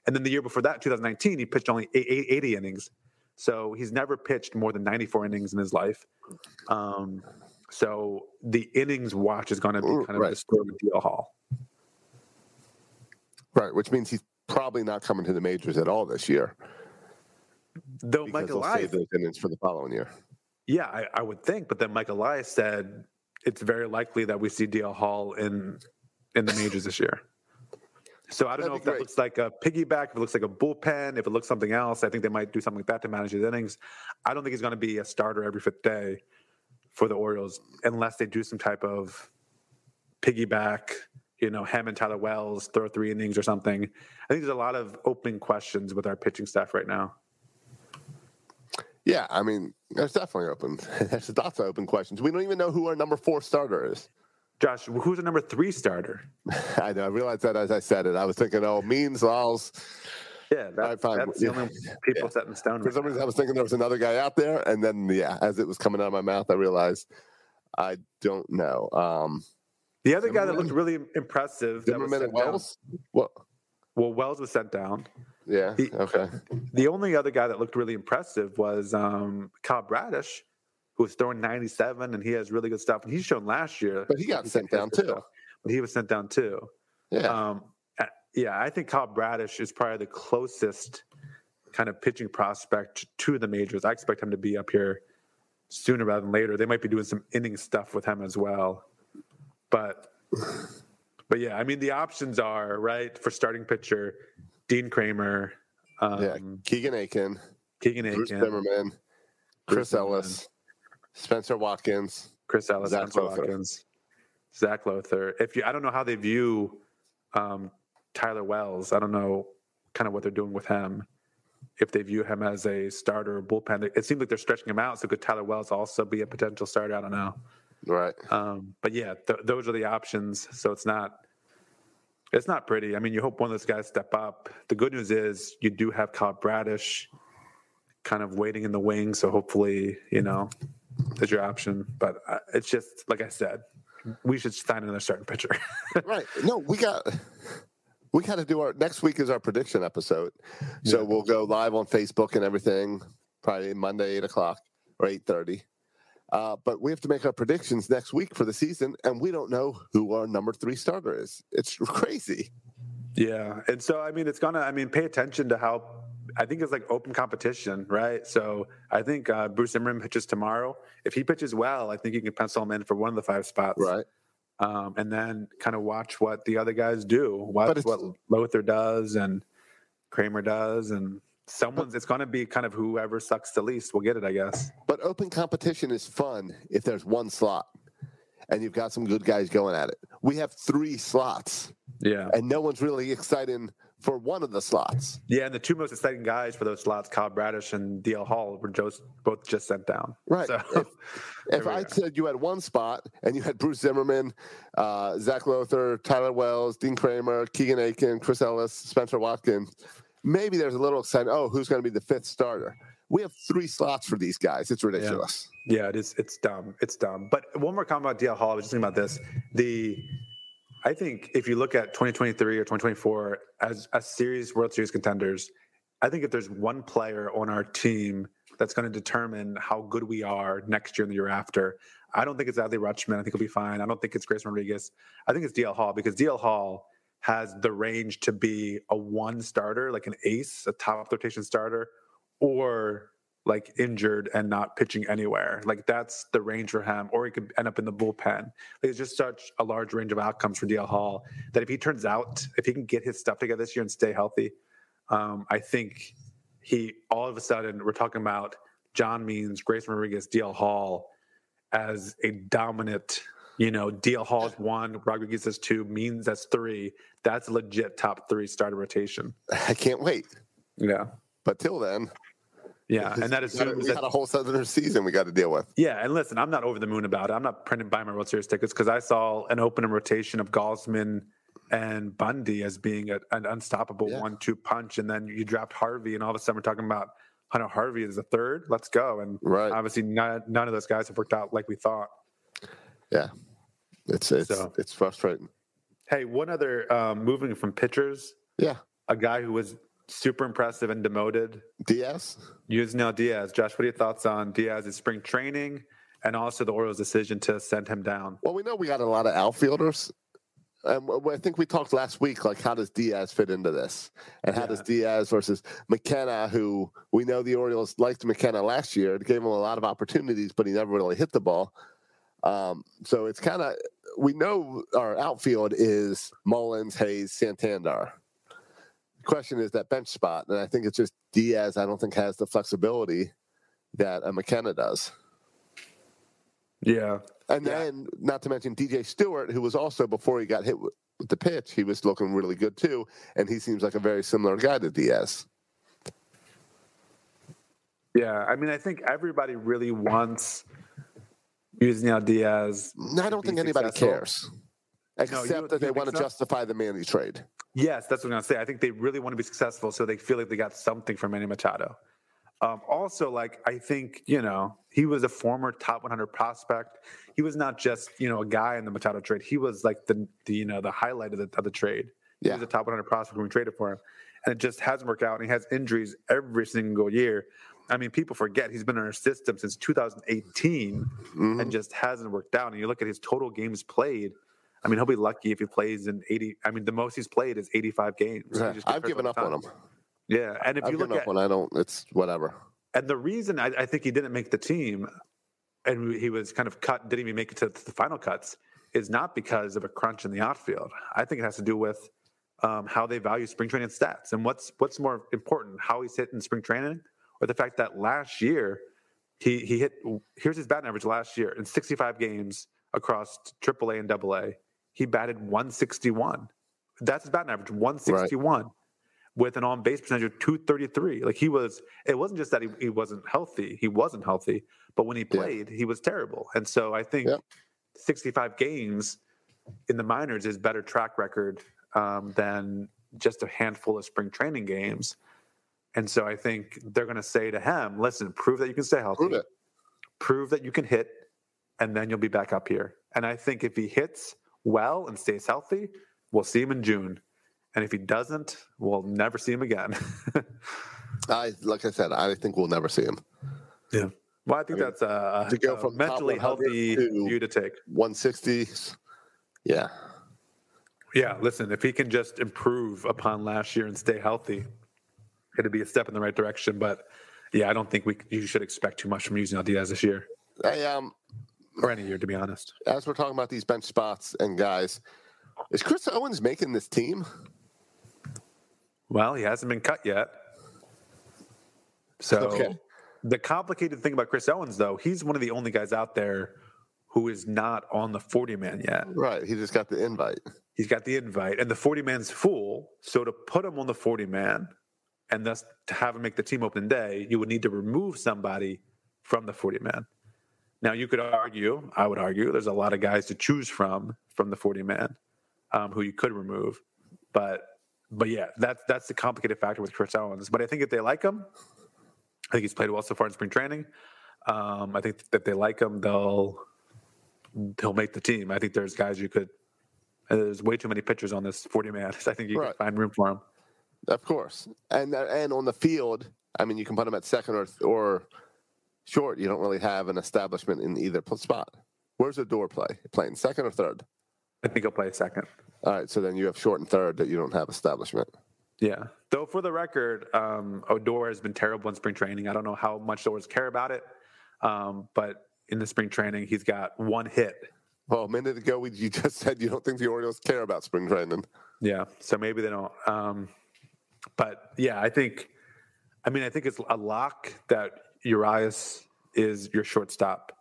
And then the year before that, 2019, he pitched only eight- eight- 80 innings. So he's never pitched more than 94 innings in his life. Um, so the innings watch is going to be
Ooh,
kind of
right.
the story with Deal Hall.
Right, which means he's probably not coming to the majors at all this year
Though
because
Mike
he'll
Elias,
save those innings for the following year.
yeah, I, I would think, but then Mike Elias said it's very likely that we see Deal Hall in in the majors this year. So I don't
That'd
know
be
if that
great.
looks like a piggyback, if it looks like a bullpen, if it looks something else. I think they might do something like that to manage his innings. I don't think he's going to be a starter every fifth day for the Orioles unless they do some type of piggyback, you know, Hammond, Tyler Wells, throw three innings or something. I think there's a lot of opening questions with our pitching staff right now.
Yeah, I mean, there's definitely open. there's lots of open questions. We don't even know who our number four starter is.
Josh, who's the number three starter?
I know. I realized that as I said it. I was thinking, oh, means laws.
Yeah, that's,
find-
that's the
yeah.
only people set in stone.
For
Right
some reason, I
now.
was thinking there was another guy out there, and then yeah, as it was coming out of my mouth, I realized I don't know. Um,
The other guy that
Zimmerman?
looked really impressive. That was
Zimmerman
sent
and
down-
Wells. What?
Well, Wells was sent down.
Yeah.
He-
okay.
The only other guy that looked really impressive was um, Kyle Bradish, who was throwing 97, and he has really good stuff. And he's shown last year.
But he got sent down
good
too.
stuff, But he was sent down too.
Yeah.
Um, uh, yeah, I think Kyle Bradish is probably the closest kind of pitching prospect to the majors. I expect him to be up here sooner rather than later. They might be doing some inning stuff with him as well. But but yeah, I mean the options are right for starting pitcher, Dean Kramer, um,
yeah. Keegan Aiken,
Keegan
Bruce
Aiken,
Zimmerman, Chris
Zimmerman.
Ellis, Spencer Watkins.
Chris Ellis,
Zach
Spencer
Lowther.
Watkins, Zach Lothar. If you, I don't know how they view um, Tyler Wells. I don't know kind of what they're doing with him. If they view him as a starter or bullpen, it seems like they're stretching him out. So could Tyler Wells also be a potential starter? I don't know.
Right.
Um, but yeah, th- those are the options. So it's not. It's not pretty. I mean, you hope one of those guys step up. The good news is you do have Kyle Bradish kind of waiting in the wings. So hopefully, you know, is your option. But uh, it's just, like I said, we should sign another starting pitcher.
right. No, we got we got to do our next week is our prediction episode, so we'll go live on Facebook and everything probably Monday eight o'clock or eight thirty. Uh, but we have to make our predictions next week for the season, and we don't know who our number three starter is. It's crazy.
Yeah, and so I mean, it's gonna. I mean, pay attention to how. I think it's like open competition, right? So I think uh, Bruce Imran pitches tomorrow. If he pitches well, I think you can pencil him in for one of the five spots,
Right.
Um, and then kind of watch what the other guys do, watch
But it's-
what Lothar does and Kramer does, and someone's. it's gonna be kind of whoever sucks the least will get it, I guess.
But open competition is fun if there's one slot and you've got some good guys going at it. We have three slots,
Yeah,
and no one's really excited for one of the slots.
yeah. And the two most exciting guys for those slots, Kyle Bradish and DL Hall, were just both just sent down.
Right.
So,
If,
there
if
we
I
are.
said you had one spot and you had Bruce Zimmerman, uh, Zach Lothar, Tyler Wells, Dean Kramer, Keegan Aiken, Chris Ellis, Spencer Watkins, maybe there's a little excitement. Oh, who's going to be the fifth starter? We have three slots for these guys. It's ridiculous.
Yeah, it is. It's dumb. It's dumb. But one more comment about DL Hall. I was just thinking about this. The, I think if you look at 2023 or 2024 as a series World Series contenders, I think if there's one player on our team that's going to determine how good we are next year and the year after, I don't think it's Adley Rutschman. I think he'll be fine. I don't think it's Grace Rodriguez. I think it's DL Hall because DL Hall has the range to be a one starter, like an ace, a top rotation starter, or like injured and not pitching anywhere. Like that's the range for him, or he could end up in the bullpen. Like it's just such a large range of outcomes for DL Hall that if he turns out, if he can get his stuff together this year and stay healthy, um, I think he all of a sudden we're talking about John Means, Grace Rodriguez, DL Hall as a dominant. You know, DL Hall is one, Rodriguez is two, Means that's three. That's a legit top three starter rotation.
I can't wait.
Yeah,
But till then,
yeah, and that
we got,
assumes
we
that
got a whole Southern season we got to deal with.
Yeah, and listen, I'm not over the moon about it. I'm not printing buy my World Series tickets because I saw an open rotation of Gosman and Bundy as being a, an unstoppable
Yeah.
one-two punch, and then you dropped Harvey, and all of a sudden we're talking about Hunter Harvey as a third. Let's go! And
Right.
obviously, none, none of those guys have worked out like we thought.
Yeah, it's it's
So-
it's frustrating.
Hey, one other um, moving from pitchers,
Yeah,
a guy who was super impressive and demoted,
DS.
Yusnel Diaz. Josh, what are your thoughts on Diaz's spring training and also the Orioles' decision to send him down?
Well, we know we got a lot of outfielders. Um, w- I think we talked last week, like how does Diaz fit into this, and how does Diaz versus McKenna, who we know the Orioles liked McKenna last year, it gave him a lot of opportunities, but he never really hit the ball. Um, so it's kind of we know our outfield is Mullins, Hayes, Santander. The question is that bench spot, and I think it's just Diaz. I don't think has the flexibility that a McKenna does.
Yeah,
And
Yeah.
then, not to mention DJ Stewart, who was also before he got hit with with the pitch, he was looking really good too. And he seems like a very similar guy to Diaz.
Yeah, I mean, I think everybody really wants Yuzneel Diaz.
And I don't
be
think anybody
successful.
cares, except
you-
that
you
they
think
want to
so?
justify the Manny trade.
Yes, that's what I'm gonna say. I think they really want to be successful, so they feel like they got something from Manny Machado. Um, also, like I think you know, he was a former top 100 prospect. He was not just you know a guy in the Machado trade. He was like the, the you know the highlight of the, of the trade. He
Yeah.
was a top 100 prospect when we traded for him, and it just hasn't worked out. And he has injuries every single year. I mean, people forget he's been in our system since 2018 and just hasn't worked out. And you look at his total games played. I mean, he'll be lucky if he plays in 80. I mean, the most he's played is 85 games. He
Yeah,
just gets
I've
hurt all
given
the
up on
time.
him.
Yeah, and if
I've
you
given
look
up
at
on. I don't. It's whatever.
and the reason I, I think he didn't make the team, and he was kind of cut, didn't even make it to the final cuts, is not because of a crunch in the outfield. I think it has to do with um, how they value spring training stats and what's what's more important, how he's hit in spring training, or the fact that last year he he hit. Here's his batting average last year in 65 games across AAA and AA. He batted 161. That's his batting average, 161 with an on base percentage of 233. Like he was, it wasn't just that he, he wasn't healthy, he wasn't healthy, but when he played, he was terrible. And so I think
Yep.
65 games in the minors is better track record um, than just a handful of spring training games. And so I think they're going to say to him, listen, prove that you can stay healthy
Prove it.
prove that you can hit, and then you'll be back up here. And I think if he hits well and stays healthy, we'll see him in June. And if he doesn't, we'll never see him again.
I like I said, I think we'll never see him.
yeah. Well, I think that's a,
to go
a
from top
mentally
100
healthy
to-
view to take.
160s. Yeah.
Yeah, listen, if he can just improve upon last year and stay healthy, it'd be a step in the right direction. But yeah, I don't think we you should expect too much from using Diaz this year
Hey, um,
or any year, to be honest.
as we're talking about these bench spots and guys, is Chris Owens making this team?
Well, he hasn't been cut yet. So
Okay.
the complicated thing about Chris Owens, though, he's one of the only guys out there who is not on the 40 man yet.
Right. He just got the invite.
He's got the invite, and the 40 man's full. So to put him on the 40 man and thus to have him make the team opening day, you would need to remove somebody from the 40 man. Now, you could argue, I would argue, there's a lot of guys to choose from from the 40 man um, who you could remove. But but yeah, that's that's the complicated factor with Chris Owens. But I think if they like him, I think he's played well so far in spring training. Um, I think that they like him, they'll he'll make the team. I think there's guys you could uh, There's way too many pitchers on this 40 man. I think you
Right.
can find room for him.
Of course. And uh, and on the field, I mean, you can put him at second or or short. You don't really have an establishment in either pl- spot. Where's the door play? Playing second or third?
I think he'll play second.
All right. So then you have short and third that you don't have establishment.
Yeah. Though for the record, um, Odor has been terrible in spring training. I don't know how much the Orioles care about it, um, but in the spring training, he's got one hit.
Well, a minute ago, we, you just said you don't think the Orioles care about spring training.
Yeah. So maybe they don't. Um, but yeah, I think. I mean, I think it's a lock that Urias is your shortstop.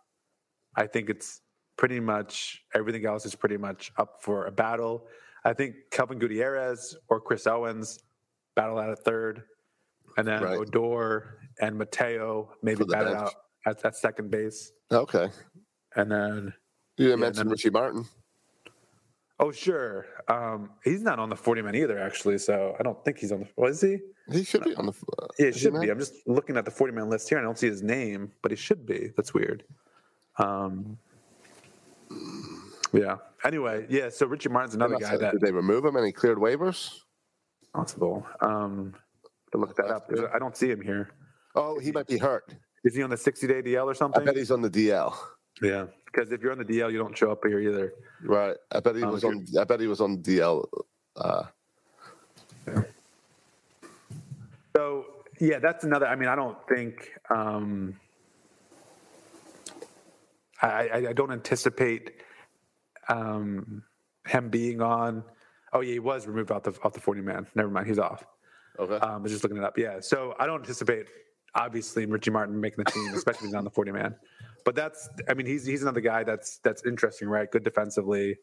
I think it's pretty much everything else is pretty much up for a battle. I think Kelvin Gutierrez or Chris Owens battle out at third, and then
Right.
Odor and Mateo maybe
For the
battle
bench.
out at, at second base,
Okay.
and then
You didn't
Yeah,
mention
none-
Richie Martin.
oh sure, um, he's not on the forty man either actually. So I don't think he's on the. Was he?
He should be on the. uh,
Yeah, it
is he
should
not?
be. I'm just looking at the 40 man list here. and I don't see his name, but he should be. That's weird. Um, yeah. Anyway, yeah. So Richie Martin's another guy
So
that
Did they remove him and he cleared waivers?
possible. Um, to look that up. 'cause I don't see him here.
Oh, he might be hurt.
Is he on the 60 day DL or
I
something?
bet he's on the DL.
yeah. Because if you're on the DL, you don't show up here either.
Right. I bet he
Oh,
was
good.
on. I bet he was on DL. Uh,
So yeah, that's another. I mean, I don't think um, I, I, I don't anticipate um, him being on. Oh yeah, he was removed off the off the forty man. Never mind, he's off.
okay.
Um, I was just looking it up. Yeah, so I don't anticipate obviously Richie Martin making the team, especially if he's on the forty man. But that's, I mean, he's he's another guy that's that's interesting, right? Good defensively.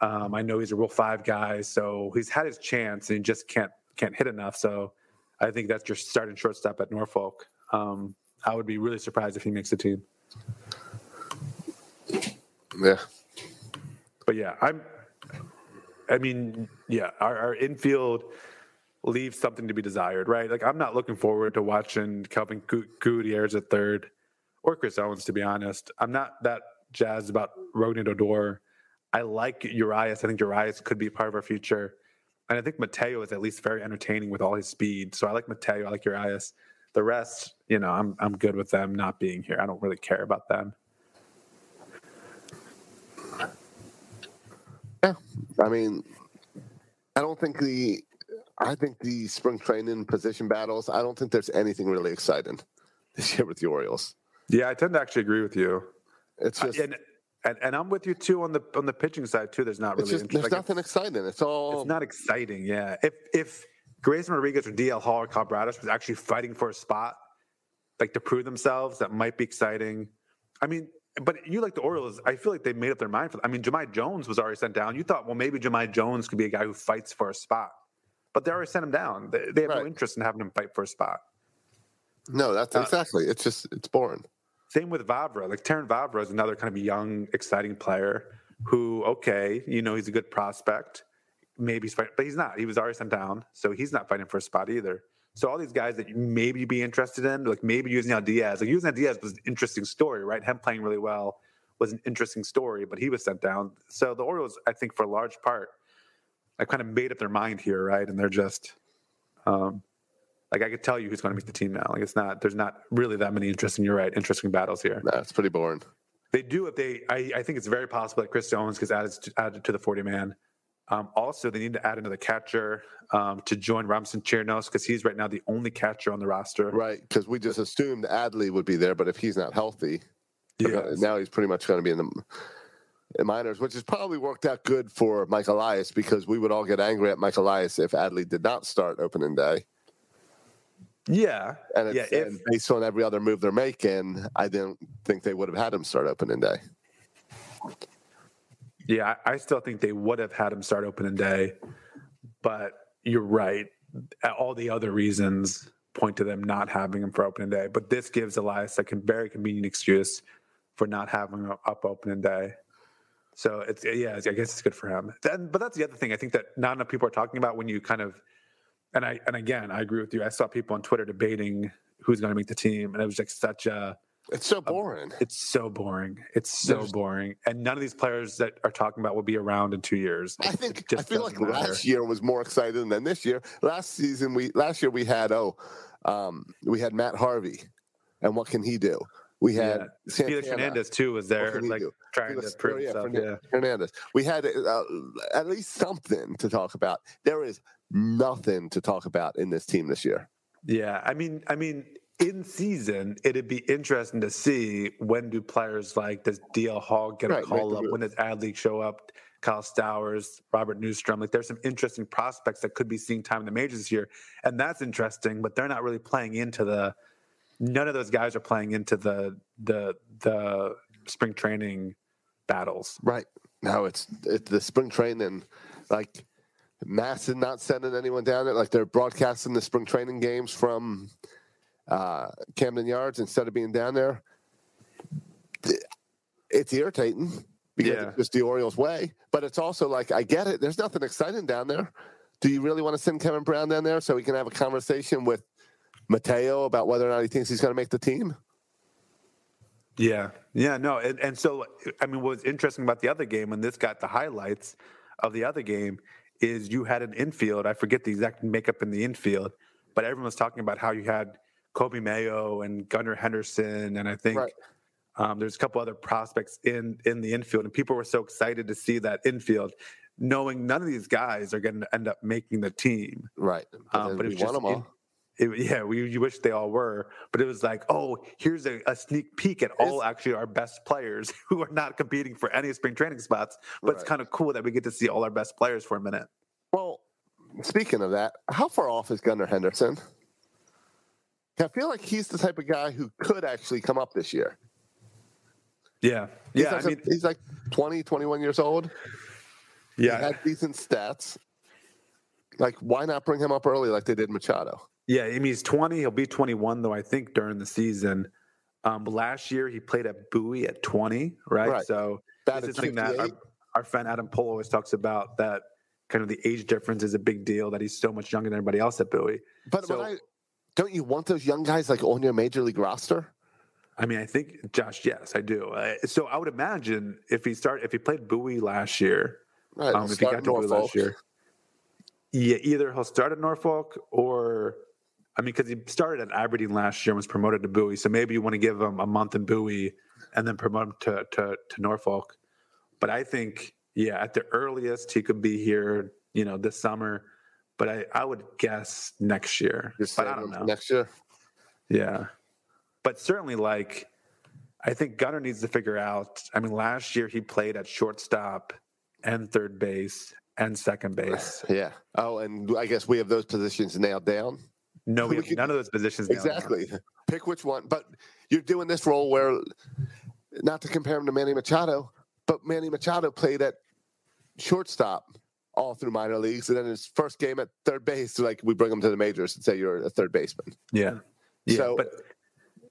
Um, I know he's a Rule Five guy, so he's had his chance and he just can't can't hit enough. So I think that's your starting shortstop at Norfolk. Um, I would be really surprised if he makes the team.
yeah.
But yeah, I'm. I mean, yeah, our, our infield leaves something to be desired, right? Like I'm not looking forward to watching Calvin Gu- Gutierrez at third or Chris Owens. To be honest, I'm not that jazzed about Rogan Odor. I like Urias. I think Urias could be part of our future, and I think Mateo is at least very entertaining with all his speed. So I like Mateo. I like Urias. The rest, you know, I'm I'm good with them not being here. I don't really care about them.
Yeah. I mean, I don't think the. I think the spring training position battles. I don't think there's anything really exciting this year with the Orioles.
Yeah, I tend to actually agree with you.
It's just.
and, and and I'm with you too on the on the pitching side too. There's not really
it's just.
interest-
There's
like,
nothing exciting. It's all.
It's, it's not exciting. Yeah. If if Grayson Rodriguez or DL Hall or Cabrados was actually fighting for a spot, like to prove themselves, that might be exciting. I mean, but you like the Orioles. I feel like they made up their mind for. I mean, Jemai Jones was already sent down. You thought, well, maybe Jemai Jones could be a guy who fights for a spot, but they already sent him down. They, they have
Right.
no interest in having him fight for a spot.
no,
uh,
that's exactly. It's just. It's boring.
Same with Vavra. Like Taryn Vavra is another kind of young, exciting player who, okay, you know, he's a good prospect. Maybe he's fighting, but he's not. He was already sent down, so he's not fighting for a spot either. So all these guys that you maybe you'd be interested in, like maybe using Diaz, like using Diaz was an interesting story, right? Him playing really well was an interesting story, but he was sent down. So the Orioles, I think, for a large part, I kind of made up their mind here, right? And they're just um, like I could tell you who's going to make the team now. Like it's not there's not really that many interesting. You're right, interesting battles here.
That's pretty boring.
They do if they. I, I think it's very possible that Chris Jones gets added to, added to the 40 man. Um, also, they need to add another catcher um, to join Robinson Chirinos because he's right now the only catcher on the roster.
Right, because we just assumed Adley would be there, but if he's not healthy, uh,
Yeah.
now he's pretty much going to be in the in minors, which has probably worked out good for Mike Elias because we would all get angry at Mike Elias if Adley did not start opening day.
Yeah.
And, it's,
yeah. If,
and based on every other move they're making, I didn't think they would have had him start opening day.
yeah. I I still think they would have had him start opening day, but you're right. All the other reasons point to them not having him for opening day, but this gives Elias a con- very convenient excuse for not having him up opening day. So it's yeah, I guess it's good for him. Then, but that's the other thing I think that not enough people are talking about when you kind of and I and again I agree with you. I saw people on Twitter debating who's going to make the team, and it was like such a
It's so boring.
It's so boring. It's so
There's-
boring. And none of these players that are talking about will be around in two years.
I
It
think I
just
feel like
doesn't matter.
last year was more exciting than this year. Last season we last year we had oh um, we had Matt Harvey, and what can he do? We had
Yeah.
Santana. Oh,
Felix Hernandez too was there,
can he
like
do?
trying
Felix-
to prove
oh, yeah,
himself.
Fernan- Hernandez. We had uh, at least something to talk about. There is nothing to talk about in this team this year.
Yeah, yeah. I mean, I mean, in season, it'd be interesting to see when do players like does DL Hall get
Right,
a
make
call
the
up?
move.
When does Adley show up? Kyle Stowers, Robert Newstrom. Like, there's some interesting prospects that could be seeing time in the majors this year, and that's interesting. But they're not really playing into the. None of those guys are playing into the the the spring training battles.
Right now, it's it's the spring training, like Masson not sending anyone down it. Like they're broadcasting the spring training games from uh, Camden Yards instead of being down there. Th- It's irritating because
Yeah.
it's just the Orioles' way, but it's also like I get it. There's nothing exciting down there. Do you really want to send Kevin Brown down there so he can have a conversation with Mateo about whether or not he thinks he's going to make the team?
Yeah, yeah, no, and, and so I mean, what's interesting about the other game, and this got the highlights of the other game, is you had an infield. I forget the exact makeup in the infield, but everyone was talking about how you had Kobe Mayo and Gunnar Henderson, and I think
Right.
um, there's a couple other prospects in in the infield, and people were so excited to see that infield, knowing none of these guys are going to end up making the team.
Right,
Um,
then
but it
we
was just
won 'em all.
in- it, yeah, we you wish they all were, but it was like, oh, here's a, a sneak peek at all actually our best players who are not competing for any spring training spots. But it's
Right.
kind of cool that we get to see all our best players for a minute.
Well, speaking of that, how far off is Gunnar Henderson? I feel like he's the type of guy who could actually come up this year.
Yeah,
He's
yeah. I
like
mean,
a- he's like 20, 21 years old.
yeah,
He had decent stats. Like, why not bring him up early like they did Machado?
Yeah, I mean he's 20. He'll be 21 though I think during the season. Um, last year he played at Bowie at 20, right?
Right.
So
Batted
this is something that our,
58.
our friend Adam Pohl always talks about that kind of the age difference is a big deal that he's so much younger than everybody else at Bowie.
But
So-
when I, don't you want those young guys like on your major league roster?
I mean, I think Josh. Yes, I do. Uh, so I would imagine if he start if he played Bowie last year,
Right.
um, if he
start
got to Bowie last year, yeah, either he'll start at Norfolk or, I mean, because he started at Aberdeen last year and was promoted to Bowie, so maybe you want to give him a month in Bowie and then promote him to to, to Norfolk. But I think, yeah, at the earliest he could be here, you know, this summer. But I, I would guess next year.
Just
but I
save
don't
him for
know.
Next year.
Yeah. But certainly, like, I think Gunner needs to figure out. I mean, last year he played at shortstop and third base and second base.
Yeah. Oh, and I guess we have those positions nailed down.
No, we
We
have
could-
none of those positions. down there.
Exactly. Pick which one. But you're doing this role where, not to compare him to Manny Machado, but Manny Machado played at shortstop all through minor leagues, and then his first game at third base, like we bring him to the majors and say you're a third baseman.
Yeah. Yeah.
So-
but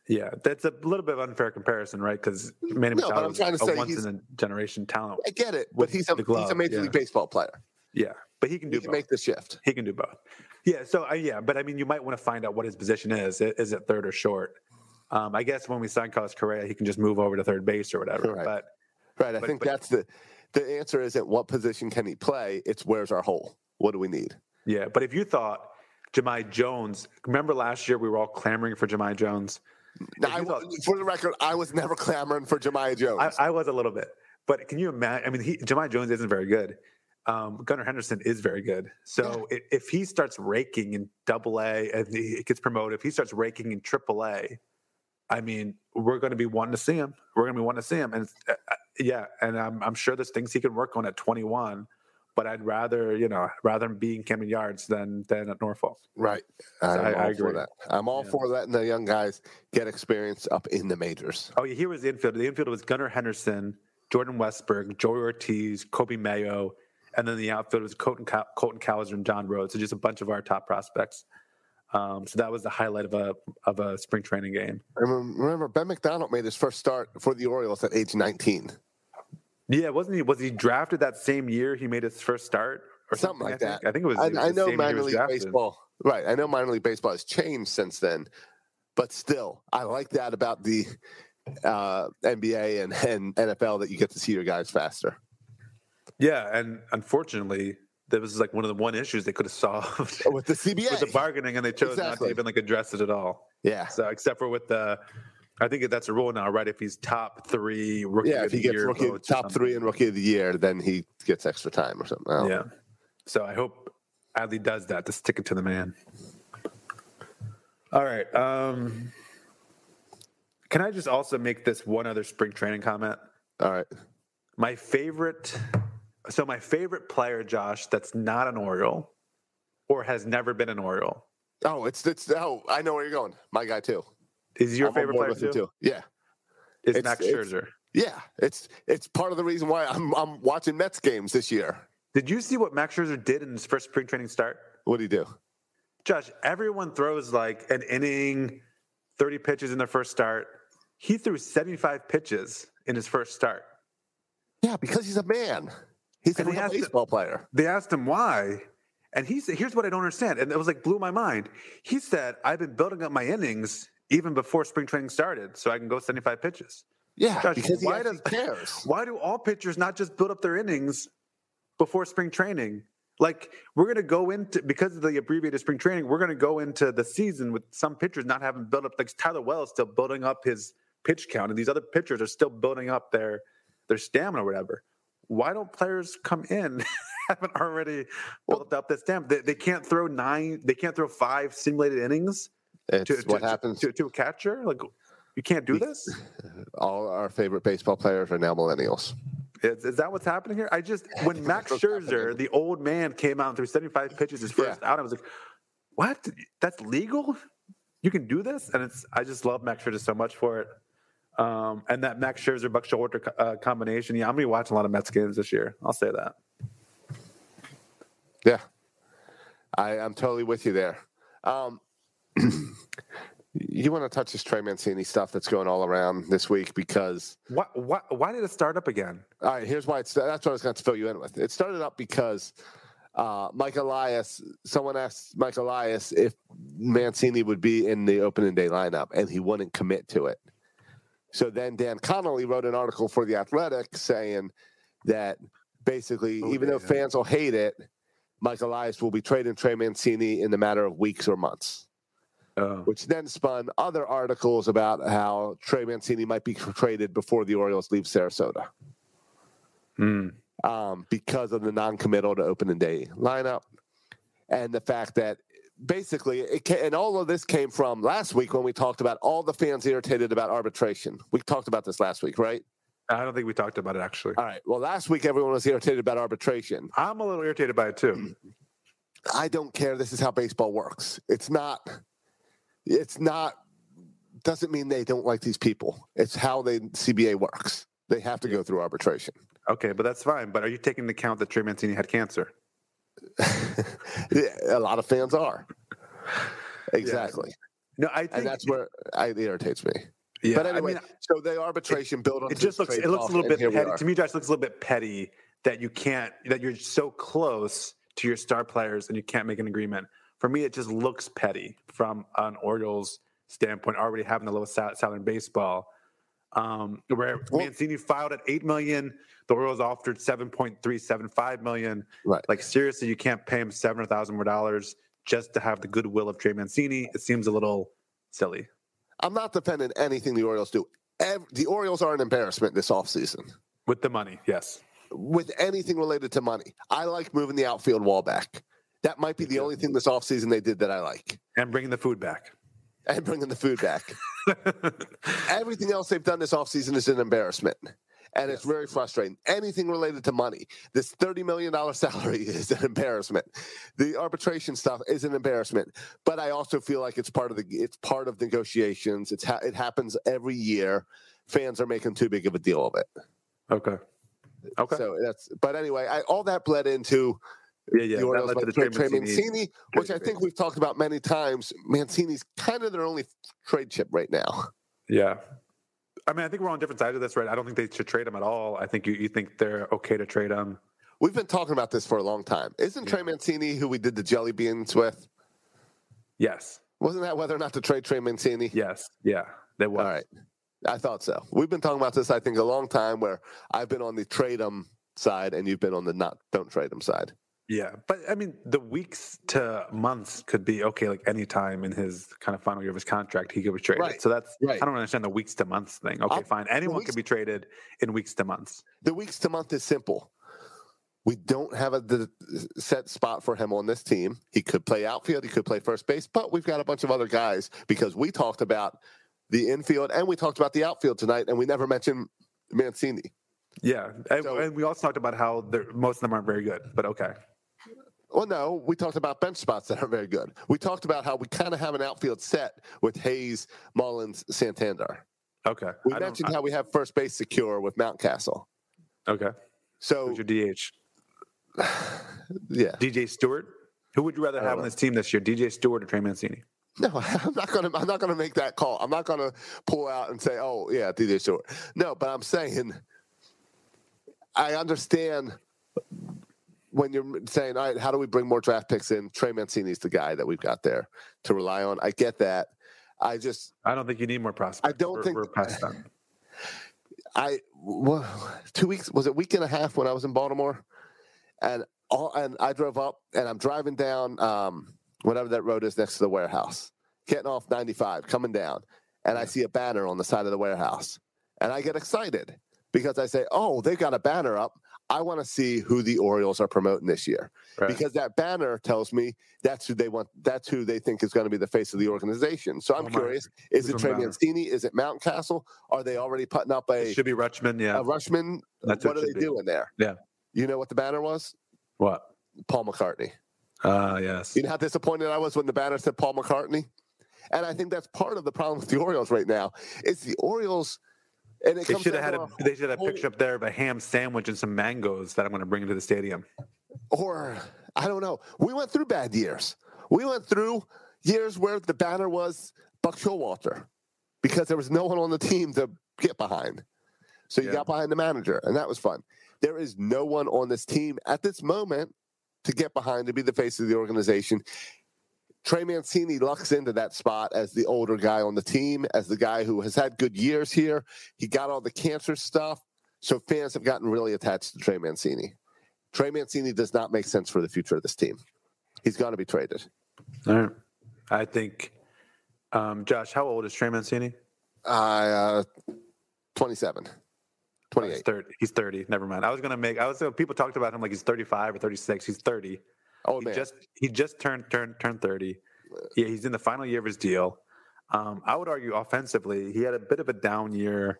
yeah, that's a little bit of unfair comparison, right? Because Manny
No,
Machado
but I'm
is
trying to
a
say
once
he's-
in a generation talent.
I get it,
With
but he's a
the
he's
glove,
a major
yeah.
league baseball player.
Yeah. But he can do
He can
both.
make the shift.
He can do both. Yeah. So uh, yeah, but I mean, you might want to find out what his position is. I- Is it third or short? Um, I guess when we sign Carlos Correa, he can just move over to third base or whatever.
Right.
But
Right. I
But-
think
but-
that's the the answer isn't what position can he play. It's where's our hole? What do we need?
Yeah, but if you thought Jemai Jones, remember last year we were all clamoring for Jemai Jones.
Now, I, for the record, I was never clamoring for Jemiah Jones.
I, I was a little bit, but can you imagine? I mean, he, Jemai Jones isn't very good. Um, Gunnar Henderson is very good. So i if he starts raking in Double A and he it gets promoted, if he starts raking in Triple A, I mean, we're going to be wanting to see him. We're going to be wanting to see him, and it's, uh, uh, yeah, and I'm, I'm sure there's things he can work on at 21. But I'd rather, you know, rather him be in Camden Yards than than at Norfolk.
Right.
I-
I'm all
I
for
agree.
that. I'm all for letting the young guys get experience up in the majors.
Oh, yeah, here was the infield. The infield was Gunnar Henderson, Jordan Westberg, Joey Ortiz, Kobe Mayo, and then the outfield was Colton, Cow- Colton Cowser and John Rhodes. So just a bunch of our top prospects. Um, so that was the highlight of a of a spring training game.
And rem- Remember, Ben McDonald made his first start for the Orioles at age 19.
Yeah, wasn't he? Was he drafted that same year? He made his first start or something,
something like
I think?
that.
I think it was.
I,
it was
I
the
know
same year he
minor
was
league
drafted.
baseball. Right. I know minor league baseball has changed since then, but still, I like that about the uh, NBA and, and NFL that you get to see your guys faster.
Yeah, and unfortunately, that was like one of the one issues they could have solved
With the CBA,
with the bargaining, and they chose not
Oh, Exactly.
to even like address it at all.
yeah,
So except for with the, I think that's a rule now, right? If he's top three rookie
yeah.
of
If he
the
gets
year
rookie,
votes or
top three
something.
and rookie of the year, then he gets extra time or something. I don't know.
yeah. So I hope Adley does that to stick it to the man. All right. Um, can I just also make this one other spring training comment?
All right.
My favorite, so my favorite player, Josh, that's not an Oriole or has never been an Oriole
Oh, it's it's oh, I know where you're going. My guy too.
is your
I'm on
favorite
board
player
with it,
too?
Yeah.
Is
It's-
Max
it's-
Scherzer.
Yeah, it's it's part of the reason why I'm I'm watching Mets games this year.
Did you see what Max Scherzer did in his first spring training start?
What do you do?
Josh, everyone throws like an inning, 30 pitches in their first start. He threw 75 pitches in his first start.
Yeah, because he's a man. He's a
And he
real
has to-
baseball player.
They asked him why. And he said, here's what I don't understand. And it was like, blew my mind. He said, I've been building up my innings even before spring training started so I can go 75 pitches.
Yeah,
Josh,
because he
why
actually
does-
cares.
Why do all pitchers not just build up their innings before spring training? Like, we're going to go into, because of the abbreviated spring training, we're going to go into the season with some pitchers not having built up. Like, Tyler Wells still building up his pitch count, and these other pitchers are still building up their their stamina or whatever. Why don't players come in haven't already built up this stamina? They, they can't throw nine, they can't throw five simulated innings
It's
to,
what
to-
happens.
to, to a catcher. Like, you can't do this.
All our favorite baseball players are now millennials.
Is, is that what's happening here? I just when Max
what's happening.
Scherzer, the old man, came out and threw 75 pitches his first out, I was like, "What? That's legal? You can do this?" And it's I just love Max Scherzer so much for it. Um, and that Max Scherzer Buck Showalter co- uh, combination. Yeah, I'm gonna be watching a lot of Mets games this year. I'll say that.
Yeah, I, I'm totally with you there. Um, you want to touch this Trey Mancini stuff that's going all around this week because
Why, why, why did it start up again?
All right, here's why it's that's what I was going to fill you in with. It started up because uh, Mike Elias, someone asked Mike Elias if Mancini would be in the opening day lineup, and he wouldn't commit to it. So then Dan Connolly wrote an article for The Athletic saying that basically,
Oh,
even though
yeah.
fans will hate it, Mike Elias will be trading Trey Mancini in the matter of weeks or months
Oh,
which then spun other articles about how Trey Mancini might be traded before the Orioles leave Sarasota.
hmm.
Um, because of the non committal to opening day lineup and the fact that basically it ca and all of this came from last week when we talked about all the fans irritated about arbitration. We talked about this last week, right?
I don't think we talked about it actually.
All right. Well, last week everyone was irritated about arbitration.
I'm a little irritated by it too.
I don't care. This is how baseball works. It's not, it's not, doesn't mean they don't like these people. It's how the CBA works. They have to go through arbitration.
Okay, but that's fine. But are you taking into account that Trey Mancini had cancer?
A lot of fans are. Exactly.
No, I think
And that's where I- it irritates me.
Yeah,
but
I
anyway,
mean,
so the arbitration build on
it just looks it looks a little bit petty to me josh it looks a little bit petty that you can't that you're so close to your star players and you can't make an agreement for me it just looks petty from an orioles standpoint already having the lowest sal- salary in baseball um, where Mancini filed at eight million, the Orioles offered seven point three seven five million.
Right.
Like seriously, you can't pay him seven hundred thousand more dollars just to have the goodwill of Trey Mancini. It seems a little silly.
I'm not defending anything the Orioles do. Ev- the Orioles are an embarrassment this offseason
With the money, yes.
with anything related to money. I like moving the outfield wall back. That might be the only thing this offseason they did that I like
And bringing the food back.
and bringing the food back. Everything else they've done this offseason is an embarrassment. And it's very frustrating. Anything related to money, this $30 million salary is an embarrassment. The arbitration stuff is an embarrassment. But I also feel like it's part of the it's part of negotiations. It's ha- it happens every year. Fans are making too big of a deal of it.
Okay. Okay.
So that's but anyway, I, all that bled into
yeah, yeah.
the
that
Orioles
led to
like
the Trey
trade Trey
Mancini.
Mancini, which I
trade.
think we've talked about many times. Mancini's kind of their only trade chip right now.
Yeah. I mean, I think we're on different sides of this, right? I don't think they should trade him at all. I think you, you think they're okay to trade him.
We've been talking about this for a long time. Isn't Trey Mancini who we did the jelly beans with?
Yes.
Wasn't that whether or not to trade Trey Mancini?
Yes. Yeah. They was.
All right. I thought so. We've been talking about this, I think, a long time where I've been on the trade 'em side and you've been on the not don't trade 'em side.
Yeah. But I mean, the weeks to months could be okay, like any time in his kind of final year of his contract, he could be traded.
Right.
So that's,
Right.
I don't understand the weeks to months thing. Okay,
I'll-
fine. Anyone
weeks-
can be traded in weeks to months.
The weeks to month is simple. We don't have a d- set spot for him on this team. He could play outfield, he could play first base, but we've got a bunch of other guys because we talked about the infield and we talked about the outfield tonight, and we never mentioned Mancini.
Yeah. And,
So-
and we also talked about how they're- most of them aren't very good, but okay.
Well, no, we talked about bench spots that are very good. We talked about how we kind of have an outfield set with Hayes, Mullins, Santander.
Okay.
We
I don't-
mentioned
I-
how we have first base secure with Mountcastle.
okay.
So,
Who's your DH?
yeah,
DJ Stewart? Who would you rather have on this team this year, DJ Stewart or Trey Mancini?
no, I'm not gonna, I'm not gonna make that call. I'm not gonna pull out and say, oh yeah, DJ Stewart. No, but I'm saying, I understand when you're saying, all right, how do we bring more draft picks in? Trey Mancini's the guy that we've got there to rely on. I get that. I just
I don't think you need more prospects.
don't
We're-
think-
we're past that.
I well, two weeks was it week and a half when I was in Baltimore, and all and I drove up and I'm driving down um, whatever that road is next to the warehouse, getting off 95, coming down, and I see a banner on the side of the warehouse, and I get excited because I say, "Oh, they've got a banner up. I want to see who the Orioles are promoting this year."
Right.
Because that banner tells me that's who they want. That's who they think is going to be the face of the organization. So I'm
Oh my.
curious: is
Who's
it
on
Trey
banner?
Mancini? Is it Mountcastle? Are they already putting up a
It should be Rutschman. Yeah.
a Uh, Rushman.
That's
what
what
are
it
they
should be.
doing there?
Yeah.
You know what the banner was?
what?
Paul McCartney.
Ah, yes.
You know how disappointed I was when the banner said Paul McCartney? And I think that's part of the problem with the Orioles right now. It's the Orioles, and it
They
comes
should have
down
had a
to
they should have
whole-
picture up there of a ham sandwich and some mangoes that I'm going to bring into the stadium.
or I don't know. We went through bad years. We went through years where the banner was Buck Showalter because there was no one on the team to get behind. So you
Yeah.
got behind the manager, and that was fun. There is no one on this team at this moment to get behind to be the face of the organization. Trey Mancini lucks into that spot as the older guy on the team, as the guy who has had good years here. He got all the cancer stuff. So fans have gotten really attached to Trey Mancini. Trey Mancini does not make sense for the future of this team. He's going to be traded.
All right. I think, um, Josh, how old is Trey Mancini?
Uh, uh, 27,
He's
28.
30. He's 30. Never mind. I was going to make, I was, people talked about him like he's 35 or 36. He's 30.
Old
he
Oh, man.
just he just turned turned turned 30 yeah he's in the final year of his deal um, i would argue offensively he had a bit of a down year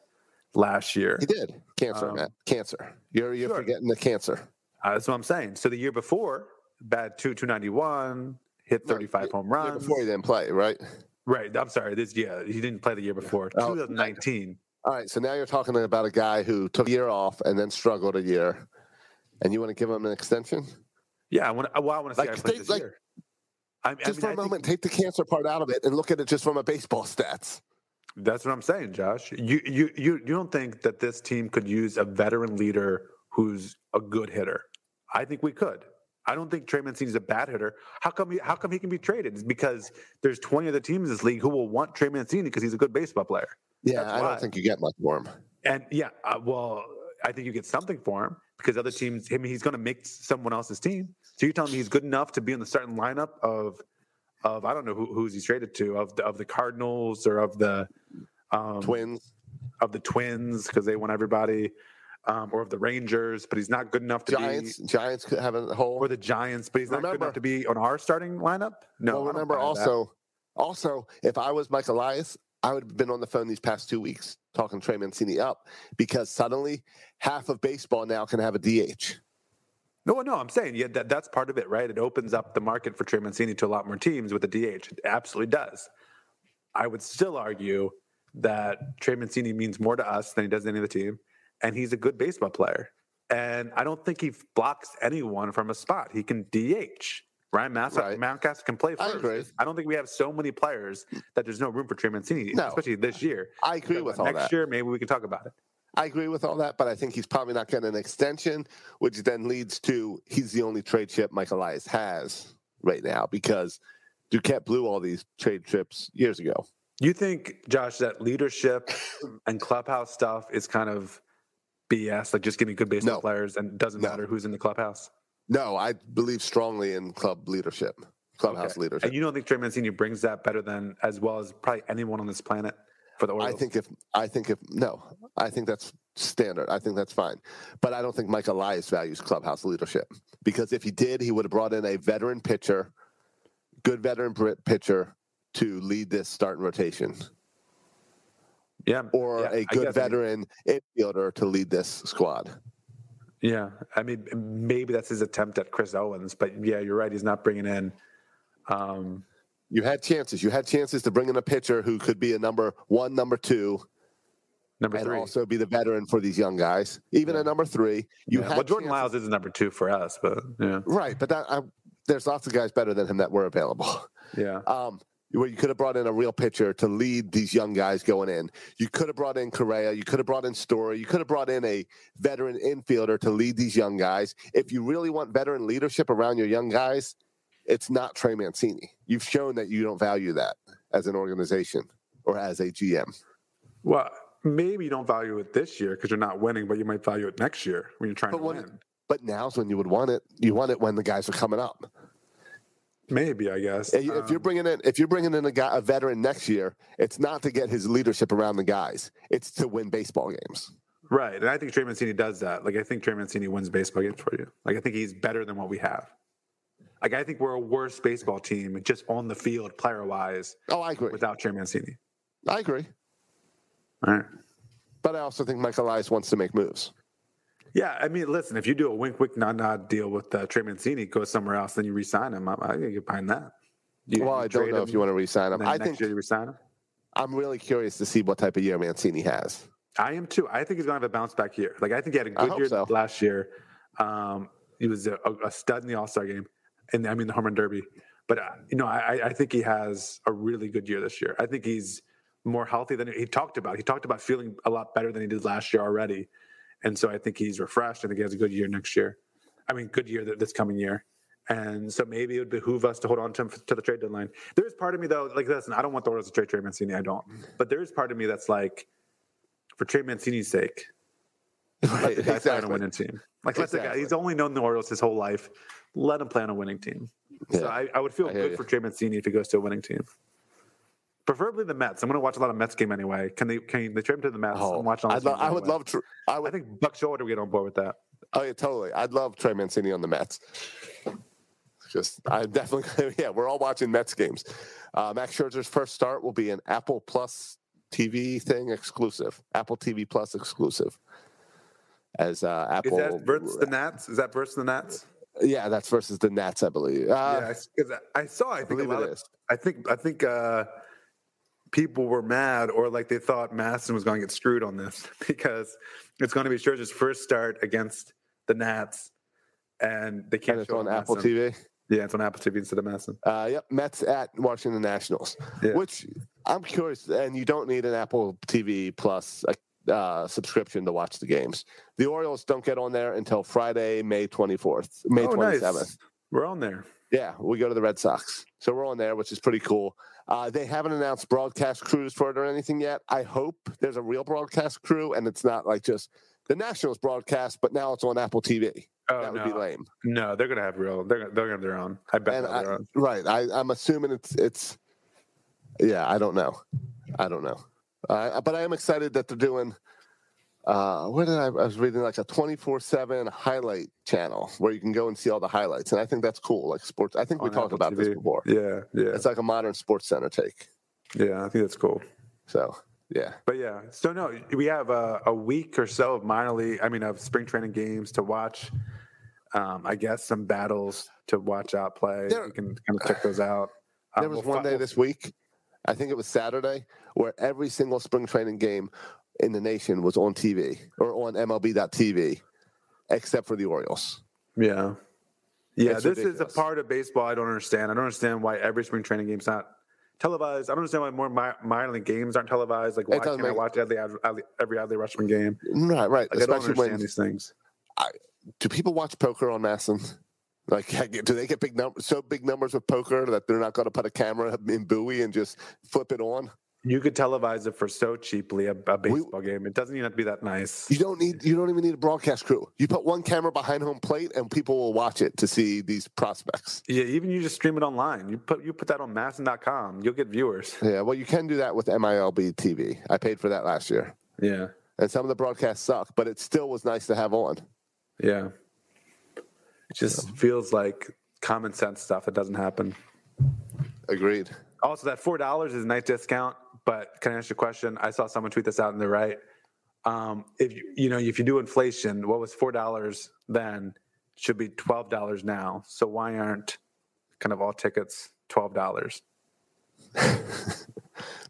last year
he did. Cancer,
Um,
Matt. Cancer. You're, you're
Sure.
forgetting the cancer.
uh, that's what i'm saying so the year before bad 2 291 hit 35 home
Year
runs
Before he didn't play, right?
right i'm sorry this yeah he didn't play the year before
Oh,
2019
All right. So now you're talking about a guy who took a year off and then struggled a year. And you want to give him an extension?
yeah i want to well, i want to see
Like,
how he plays
they-
this
like-
year I, I mean,
Just for
I
a
think-
moment, take the cancer part out of it and look at it just from a baseball stats.
That's what I'm saying, Josh. You you you you don't think that this team could use a veteran leader who's a good hitter? I think we could. I don't think Trey Mancini's a bad hitter. How come he, how come he can be traded? It's because there's 20 other teams in this league who will want Trey Mancini because he's a good baseball player.
Yeah,
That's
I
why.
don't think you get much for him.
And yeah, uh, well, I think you get something for him because other teams. I mean, he's going to make someone else's team. So you're telling me he's good enough to be in the starting lineup of, of I don't know who, who's he's traded to of the, of the Cardinals or of the, um,
Twins,
of the Twins because they won everybody, um, or of the Rangers. But he's not good enough to
Giants, Giants could have a
be
whole.
or the Giants. But he's not good
Remember-
enough to be on our starting lineup. No,
well,
I don't
remember
buy that.
also, also if I was Mike Elias, I would have been on the phone these past two weeks talking Trey Mancini up because suddenly half of baseball now can have a DH.
No, no, I'm saying yeah, that, that's part of it, right? It opens up the market for Trey Mancini to a lot more teams with the DH. It absolutely does. I would still argue that Trey Mancini means more to us than he does to any other team, and he's a good baseball player. And I don't think he blocks anyone from a spot. He can DH. Ryan Massa,
Right.
Mountcastle can play
I
first.
agree.
I don't think we have so many players that there's no room for Trey Mancini,
No.
especially this year.
I agree with all
Next
that.
year, maybe we can talk about it.
I agree with all that, but I think he's probably not getting an extension, which then leads to he's the only trade chip Mike Elias has right now because Duquette blew all these trade trips years ago.
You think, Josh, that leadership and clubhouse stuff is kind of BS, like just getting good baseball
No.
players and it doesn't
No.
matter who's in the clubhouse?
No, I believe strongly in club leadership, clubhouse
Okay.
leadership.
And you don't think Trey Mancini brings that better than, as well as probably anyone on this planet for the
I
Orioles?
think if I think if no, I think that's standard. I think that's fine. But I don't think Mike Elias values clubhouse leadership because if he did, he would have brought in a veteran pitcher, good veteran br- pitcher to lead this starting rotation,
yeah,
or
yeah, I
a good
guess, I mean,
veteran infielder to lead this squad.
yeah, I mean, maybe that's his attempt at Chris Owens, but yeah, you're right. He's not bringing in. Um,
You had chances. You had chances to bring in a pitcher who could be a number one, number two,
Number
and
three.
also be the veteran for these young guys. Even a number three, you
Yeah.
had
Well, Jordan
chances-
Lyles is number two for us, but yeah.
Right, but that, I, there's lots of guys better than him that were available.
Yeah.
Um, where you could have brought in a real pitcher to lead these young guys going in. You could have brought in Correa. You could have brought in Story. You could have brought in a veteran infielder to lead these young guys. If you really want veteran leadership around your young guys, it's not Trey Mancini. You've shown that you don't value that as an organization or as a GM.
Well, maybe you don't value it this year because you're not winning, but you might value it next year when you're trying
But
to
when-
win.
But now's when you would want it. You want it when the guys are coming up.
Maybe I guess.
If you- if you're
Um,
bringing in if you're bringing in a guy a veteran next year, it's not to get his leadership around the guys. It's to win baseball games.
right, and I think Trey Mancini does that. Like I think Trey Mancini wins baseball games for you. Like I think he's better than what we have. Like I think we're a worse baseball team just on the field, player wise,
Oh, I agree.
without Trey Mancini.
I agree.
All right.
But I also think Mike Elias wants to make moves.
Yeah, I mean, listen, if you do a wink, wink, nod, nod deal with uh, Trey Mancini, go somewhere else, then you resign him. I, I can get behind that. You,
well, I don't know if you want to resign him. I think
year you resign him.
I'm really curious to see what type of year Mancini has.
I am too. I think he's gonna have a bounce back year. Like I think he had a
I
good
hope
year
so.
last year. Um, he was a, a stud in the All Star game, and I mean the home run derby. But uh, you know, I, I- I think he has a really good year this year. I think he's more healthy than he talked about. He talked about feeling a lot better than he did last year already, and so I think he's refreshed. I think he has a good year next year. I mean, good year th- this coming year. And so maybe it would behoove us to hold on to him f- to the trade deadline. There is part of me though, like listen, I don't want the Orioles to trade Trey Mancini. I don't. But there is part of me that's like, for Trey Mancini's sake, let the guy play on a winning team. Like let the guy.
Exactly.
He's only known the Orioles his whole life. Let him play on a winning team. So
Yeah.
I, I would feel
I hear
good
you.
for Trey Mancini if he goes to a winning team. Preferably the Mets. I'm going to watch a lot of Mets game anyway. Can they? Can they trade him to the Mets?
Oh,
I'm watching. All
I'd
those
lo-
games
I would
anyway.
love. Tr- I
I
would.
think Buck Showalter would get on board with that.
Oh yeah, totally. I'd love Trey Mancini on the Mets. Just, I definitely. Yeah, we're all watching Mets games. Uh, Max Scherzer's first start will be an Apple Plus TV thing exclusive. Apple TV Plus exclusive. As uh,
Is
Apple.
that versus the Nats? Is that versus the Nats?
Yeah, that's versus the Nats, I believe. Uh,
yeah, because I saw. I think a
believe it
lot of.
is.
I think. I think. uh People were mad, or like they thought Masson was going to get screwed on this because it's going to be Scherzer's first start against the Nats, and they can't
And it's
show
on Apple
Masson.
TV.
Yeah, it's on Apple TV instead of Masson.
Uh, yep, Mets at Washington Nationals,
Yeah.
which I'm curious. And you don't need an Apple TV Plus uh, uh, subscription to watch the games. The Orioles don't get on there until Friday, May 24th, May
Oh,
27th.
nice. We're on there.
Yeah, we go to the Red Sox. So we're on there, which is pretty cool. Uh, they haven't announced broadcast crews for it or anything yet. I hope there's a real broadcast crew and it's not like just the Nationals broadcast, but now it's on Apple TV.
Oh,
that would
no.
be lame.
No, they're gonna have real. They're they're gonna have their own. I bet
And
they'll have their
I,
own.
right, I, I'm assuming it's it's. Yeah, I don't know, I don't know, uh, but I am excited that they're doing. Uh, where did I, I was reading like a 24/7 highlight channel where you can go and see all the highlights, and I think that's cool. Like sports, I think we
on
talked
Apple
about this
TV.
before.
Yeah, yeah,
It's like a modern sports center take.
yeah. I think that's cool.
So yeah,
But yeah, so no, we have a, a week or so of minor league. I mean, of spring training games to watch. Um, I guess some battles to watch out play.
There-
you can kind of check those out. Um,
there was
we'll
one
fi-
day this week, I think it was Saturday, where every single spring training game in the nation was on TV or on MLB.TV, except for the Orioles.
Yeah. Yeah,
It's
this is
ridiculous.
a part of baseball I don't understand. I don't understand why every spring training game's not televised. I don't understand why more mi- minor league games aren't televised. Like, why
doesn't
can't I
make-
watch every Adley, every Adley Rushman game?
Right, right.
Like, I don't understand
Especially when
these things.
do people watch poker on Masson? Like, do they get big numbers? So big numbers with poker that they're not going to put a camera in buoy and just flip it on.
You could televise it for so cheaply a, a baseball game. It doesn't even have to be that nice.
You don't need. You don't even need a broadcast crew. You put one camera behind home plate, and people will watch it to see these prospects.
Yeah, even you just stream it online. You put you put that on masson.com, you'll get viewers.
Yeah, well, you can do that with MILB TV. I paid for that last year,
Yeah.
and some of the broadcasts suck, but it still was nice to have on.
Yeah. It just feels like common sense stuff that doesn't happen.
Agreed.
Also, that four dollars is a nice discount. But can I ask you a question? I saw someone tweet this out, and they're right. Um, if you, you know, if you do inflation, what was four dollars then should be twelve dollars now. So why aren't kind of all tickets twelve dollars?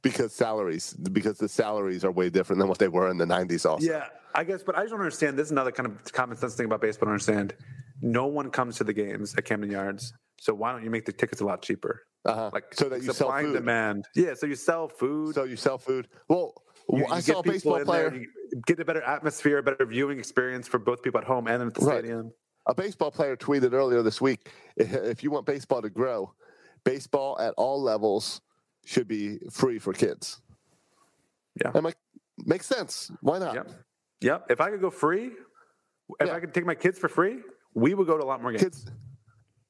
Because salaries, because the salaries are way different than what they were in the '90s. Also,
Yeah, I guess. But I just don't understand. This is another kind of common sense thing about baseball. I don't understand. No one comes to the games at Camden Yards, so why don't you make the tickets a lot cheaper?
uh-huh.
Like
so that you sell
supply and
food.
demand. Yeah, so you sell food.
So you sell food. Well,
You-
I
you
saw a
get people
baseball
in there,
player.
you get a better atmosphere, a better viewing experience for both people at home and at the
Right.
stadium.
A baseball player tweeted earlier this week: "If- if you want baseball to grow, baseball at all levels should be free for kids."
Yeah.
I'm like, makes sense. Why not?
Yep. Yep. If I could go free, if
Uh, Yeah.
I could take my kids for free, we would go to a lot more games.
Kids.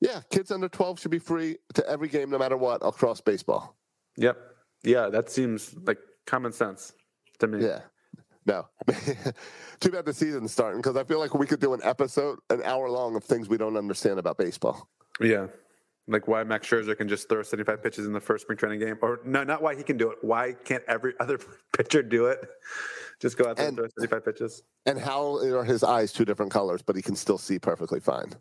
Yeah, kids under 12 should be free to every game, no matter what, across baseball.
Yep. Yeah, that seems like common sense to me.
Yeah. No. Too bad the season's starting because I feel like we could do an episode, an hour long of things we don't understand about baseball.
Yeah. Like why Max Scherzer can just throw 75 pitches in the first spring training game, or no, not why he can do it. Why can't every other pitcher do it? Just go out there and,
And-
throw 75 pitches.
And how are his eyes two different colors, but he can still see perfectly fine?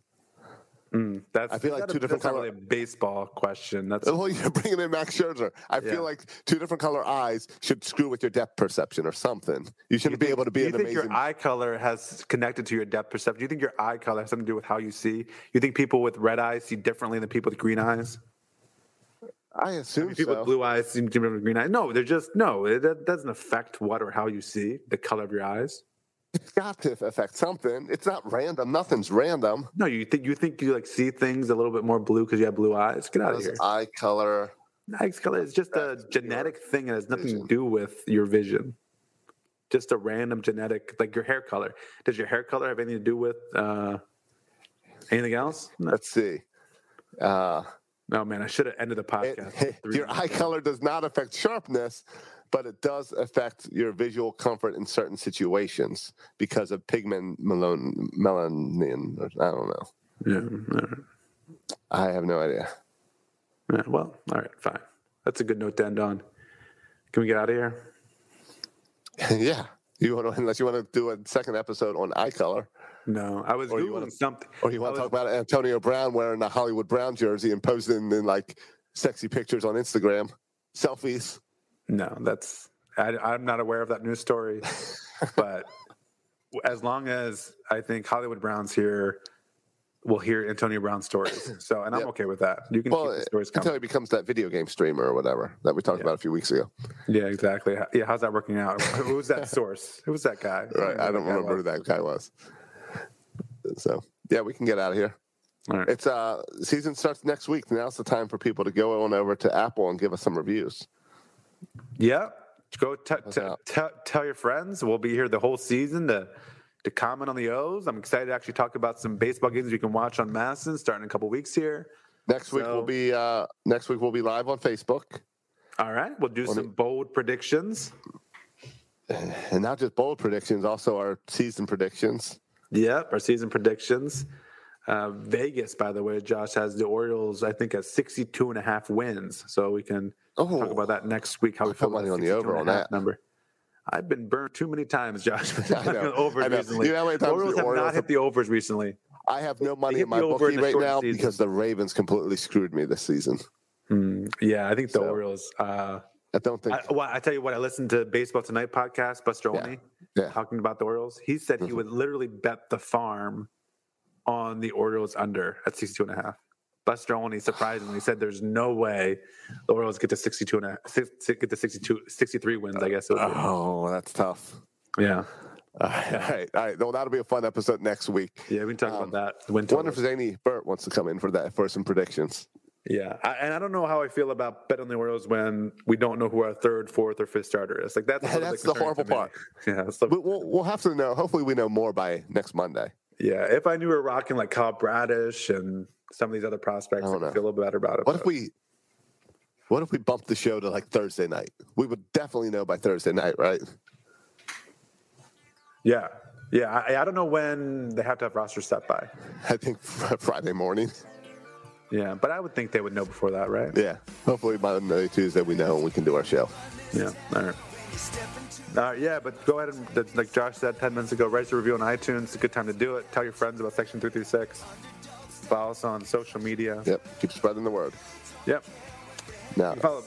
Mm, that's
I feel like
that's
two
not-
different
that's not
color-
really a baseball question. That's
Well, you're bringing in Max Scherzer. I
Yeah.
feel like two different color eyes should screw with your depth perception or something. You shouldn't be able to be
Do you
an
think
amazing.
your eye color has connected to your depth perception? Do you think your eye color has something to do with how you see? You think people with red eyes see differently than people with green eyes?
I
I
assume
mean, people
so.
with blue eyes seem to with green eyes. No, they're just no. It, that doesn't affect what or how you see the color of your eyes.
It's got to affect something. It's not random. Nothing's random.
No, you think you think you like see things a little bit more blue because you have blue eyes. Get out of
Does
here.
Eye color.
Eye color is just a genetic thing and has nothing to do with your vision. Just a random genetic, like your hair color. Does your hair color have anything to do with uh, anything else? No.
Let's see. Uh,
No, man, I should have ended the
it-
podcast. three
your
minutes
eye
ago.
color does not affect sharpness, but it does affect your visual comfort in certain situations because of pigment melon, melanin. or- I don't know.
Yeah, all right.
I have no idea.
Yeah, well, all right, fine. That's a good note to end on. Can we get out of here?
yeah. You want to, unless you want to do a second episode on eye color,
No, I was
Or Oh, you
googling
wanna-
something.
or you
I
want to talk
was-
about Antonio Brown wearing a Hollywood Brown jersey and posting in like sexy pictures on Instagram, selfies.
No, that's I, I'm not aware of that news story, but as long as I think Hollywood Brown's here, we'll hear Antonio Brown stories. So, and I'm
Yep.
okay with that. You can keep
Well, eh,
the stories
until
coming.
he becomes that video game streamer or whatever that we talked about a few weeks ago.
Yeah, exactly. Yeah, how's that working out? Who was that source? Who was that guy?
Right. I
who
don't remember who
was.
that guy was. So yeah, we can get out of here.
All right.
It's uh season starts next week. Now's the time for people to go on over to Apple and give us some reviews.
Yep. Go t- t-
out.
t- tell your friends. We'll be here the whole season to to comment on the O's. I'm excited to actually talk about some baseball games you can watch on Madison starting in a couple weeks here.
Next week
So-
will be uh next week we'll be live on Facebook.
All right. We'll do some
me-
bold predictions.
And not just bold predictions, also our season predictions.
Yep. Our season predictions. Uh, Vegas, by the way, Josh has the Orioles, I think, at 62 and a half wins. So we can talk
Oh.
about that next week. How we
put
feel about
money on the
62
over
and
on
a half
that.
number. I've been burned too many times, Josh.
I know,
over
I know.
recently.
You know how many times the
Orioles have
Orioles
not hit
have-
the overs recently.
I have no money
hit
in my
me over
bookie
in the
right
short
now
season.
because the Ravens completely screwed me this season.
Hmm, Yeah, I think the
So-
Orioles. Uh,
I don't think
I, well, I tell you what, I listened to Baseball Tonight podcast, Buster Olney,
Yeah. Mm-hmm.
talking about the Orioles. He said he would literally bet the farm on the Orioles under at 62 and a half. Buster Olney surprisingly said there's no way the Orioles get to 62 and a six, six- get to 62, 63 wins, I guess. it would be.
Oh, that's tough.
yeah.
All right, all right, all right. Well, that'll be a fun episode next week.
Yeah, we can talk
Um,
about that. The win
Wonder
totals.
if there's any Bert wants to come in for that for some predictions.
Yeah, I, and I don't know how I feel about betting on the Orioles when we don't know who our third, fourth, or fifth starter is. Like that's a little bit
That's the
concerning to
horrible
me.
part.
Yeah, it's the-
But we'll we'll have to know. Hopefully, we know more by next Monday.
yeah. If I knew we were rocking like Kyle Bradish and some of these other prospects, I
don't
would
know.
feel a little better about it.
What if
but-
we? What if we bump the show to like Thursday night? We would definitely know by Thursday night, right?
Yeah, yeah. I, I don't know when they have to have rosters set by.
I think Friday morning.
Yeah, but I would think they would know before that, right?
Yeah. Hopefully by Monday, Tuesday, we know and we can do our show.
Yeah. All right. Uh, yeah, but go ahead and that's like Josh said ten minutes ago, write us a review on iTunes. It's a good time to do it. Tell your friends about Section Three Three Six. Follow us on social media.
Yep. Keep spreading the word.
Yep.
Now,
Follow.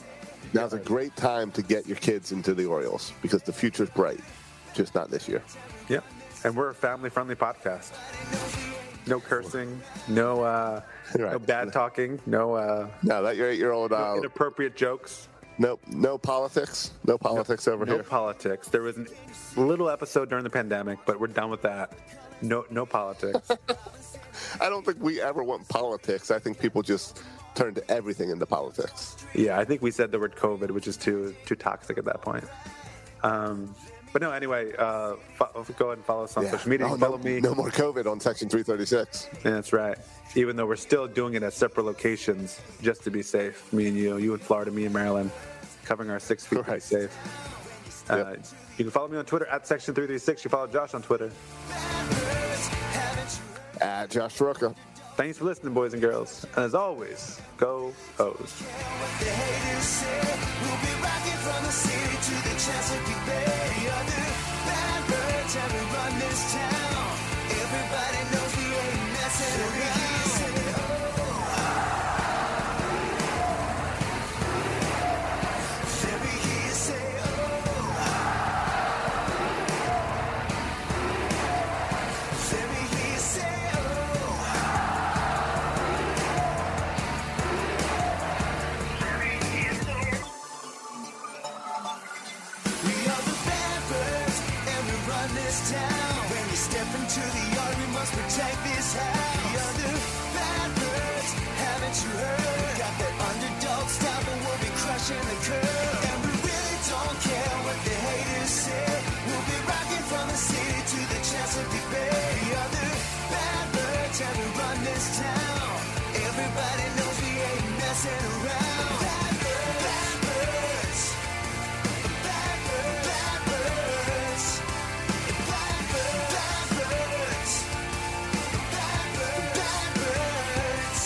now's a great time to get your kids into the Orioles because the future's bright, just not this year.
Yep. And we're a family friendly podcast. No cursing, no uh, no
Right.
bad talking, no uh,
Now, let your eight year old. Uh,
inappropriate jokes.
Nope. No politics. No politics over
no
here.
politics. There was a little episode during the pandemic, but we're done with that. No, no politics.
I don't think we ever want politics. I think people just turned everything into politics.
yeah, I think we said the word COVID, which is too too toxic at that point. Um, but no, anyway, uh, fo- go ahead and follow us on
Yeah.
social media.
Oh,
follow
no,
me.
No more COVID on Section 336.
Yeah, That's right. Even though we're still doing it at separate locations just to be safe. Me and you, you in Florida, me in Maryland, covering our six feet to be
Right.
safe. Uh, you can follow me on Twitter at Section 336. You follow Josh on Twitter.
At Josh Rooker.
Thanks for listening, boys and girls. And as always, go O's.
The haters say we'll be rocking from the city to the Chesapeake Bay. Other bad birds have to run this town. Everybody knows we ain't messing around. Let me hear you say, oh. Let me hear you say, oh. We are the bad birds, and we run this town. When we step into the yard, we must protect this house. We are the bad birds, haven't you heard? We got that underdog style, but we'll be crushing the curve. And we really don't care what the haters say. We'll be rocking from the city to the Chesapeake Bay. We are the bad birds, and we run this town. Everybody knows we ain't messing around. Bad birds, bad birds. Blackbirds, blackbirds, blackbirds, blackbirds, blackbirds.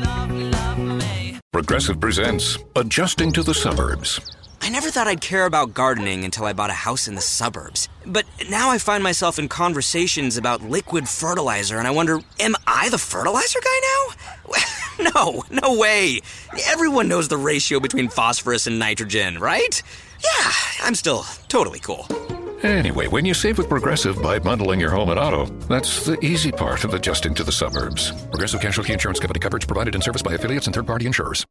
Progressive presents Adjusting to the Suburbs.
I never thought I'd care about gardening until I bought a house in the suburbs. But now I find myself in conversations about liquid fertilizer, and I wonder am I the fertilizer guy now? no, no way. Everyone knows the ratio between phosphorus and nitrogen, right? Yeah, I'm still totally cool.
Anyway, when you save with Progressive by bundling your home and auto, that's the easy part of adjusting to the suburbs. Progressive Casualty Insurance Company coverage provided in service by affiliates and third party insurers.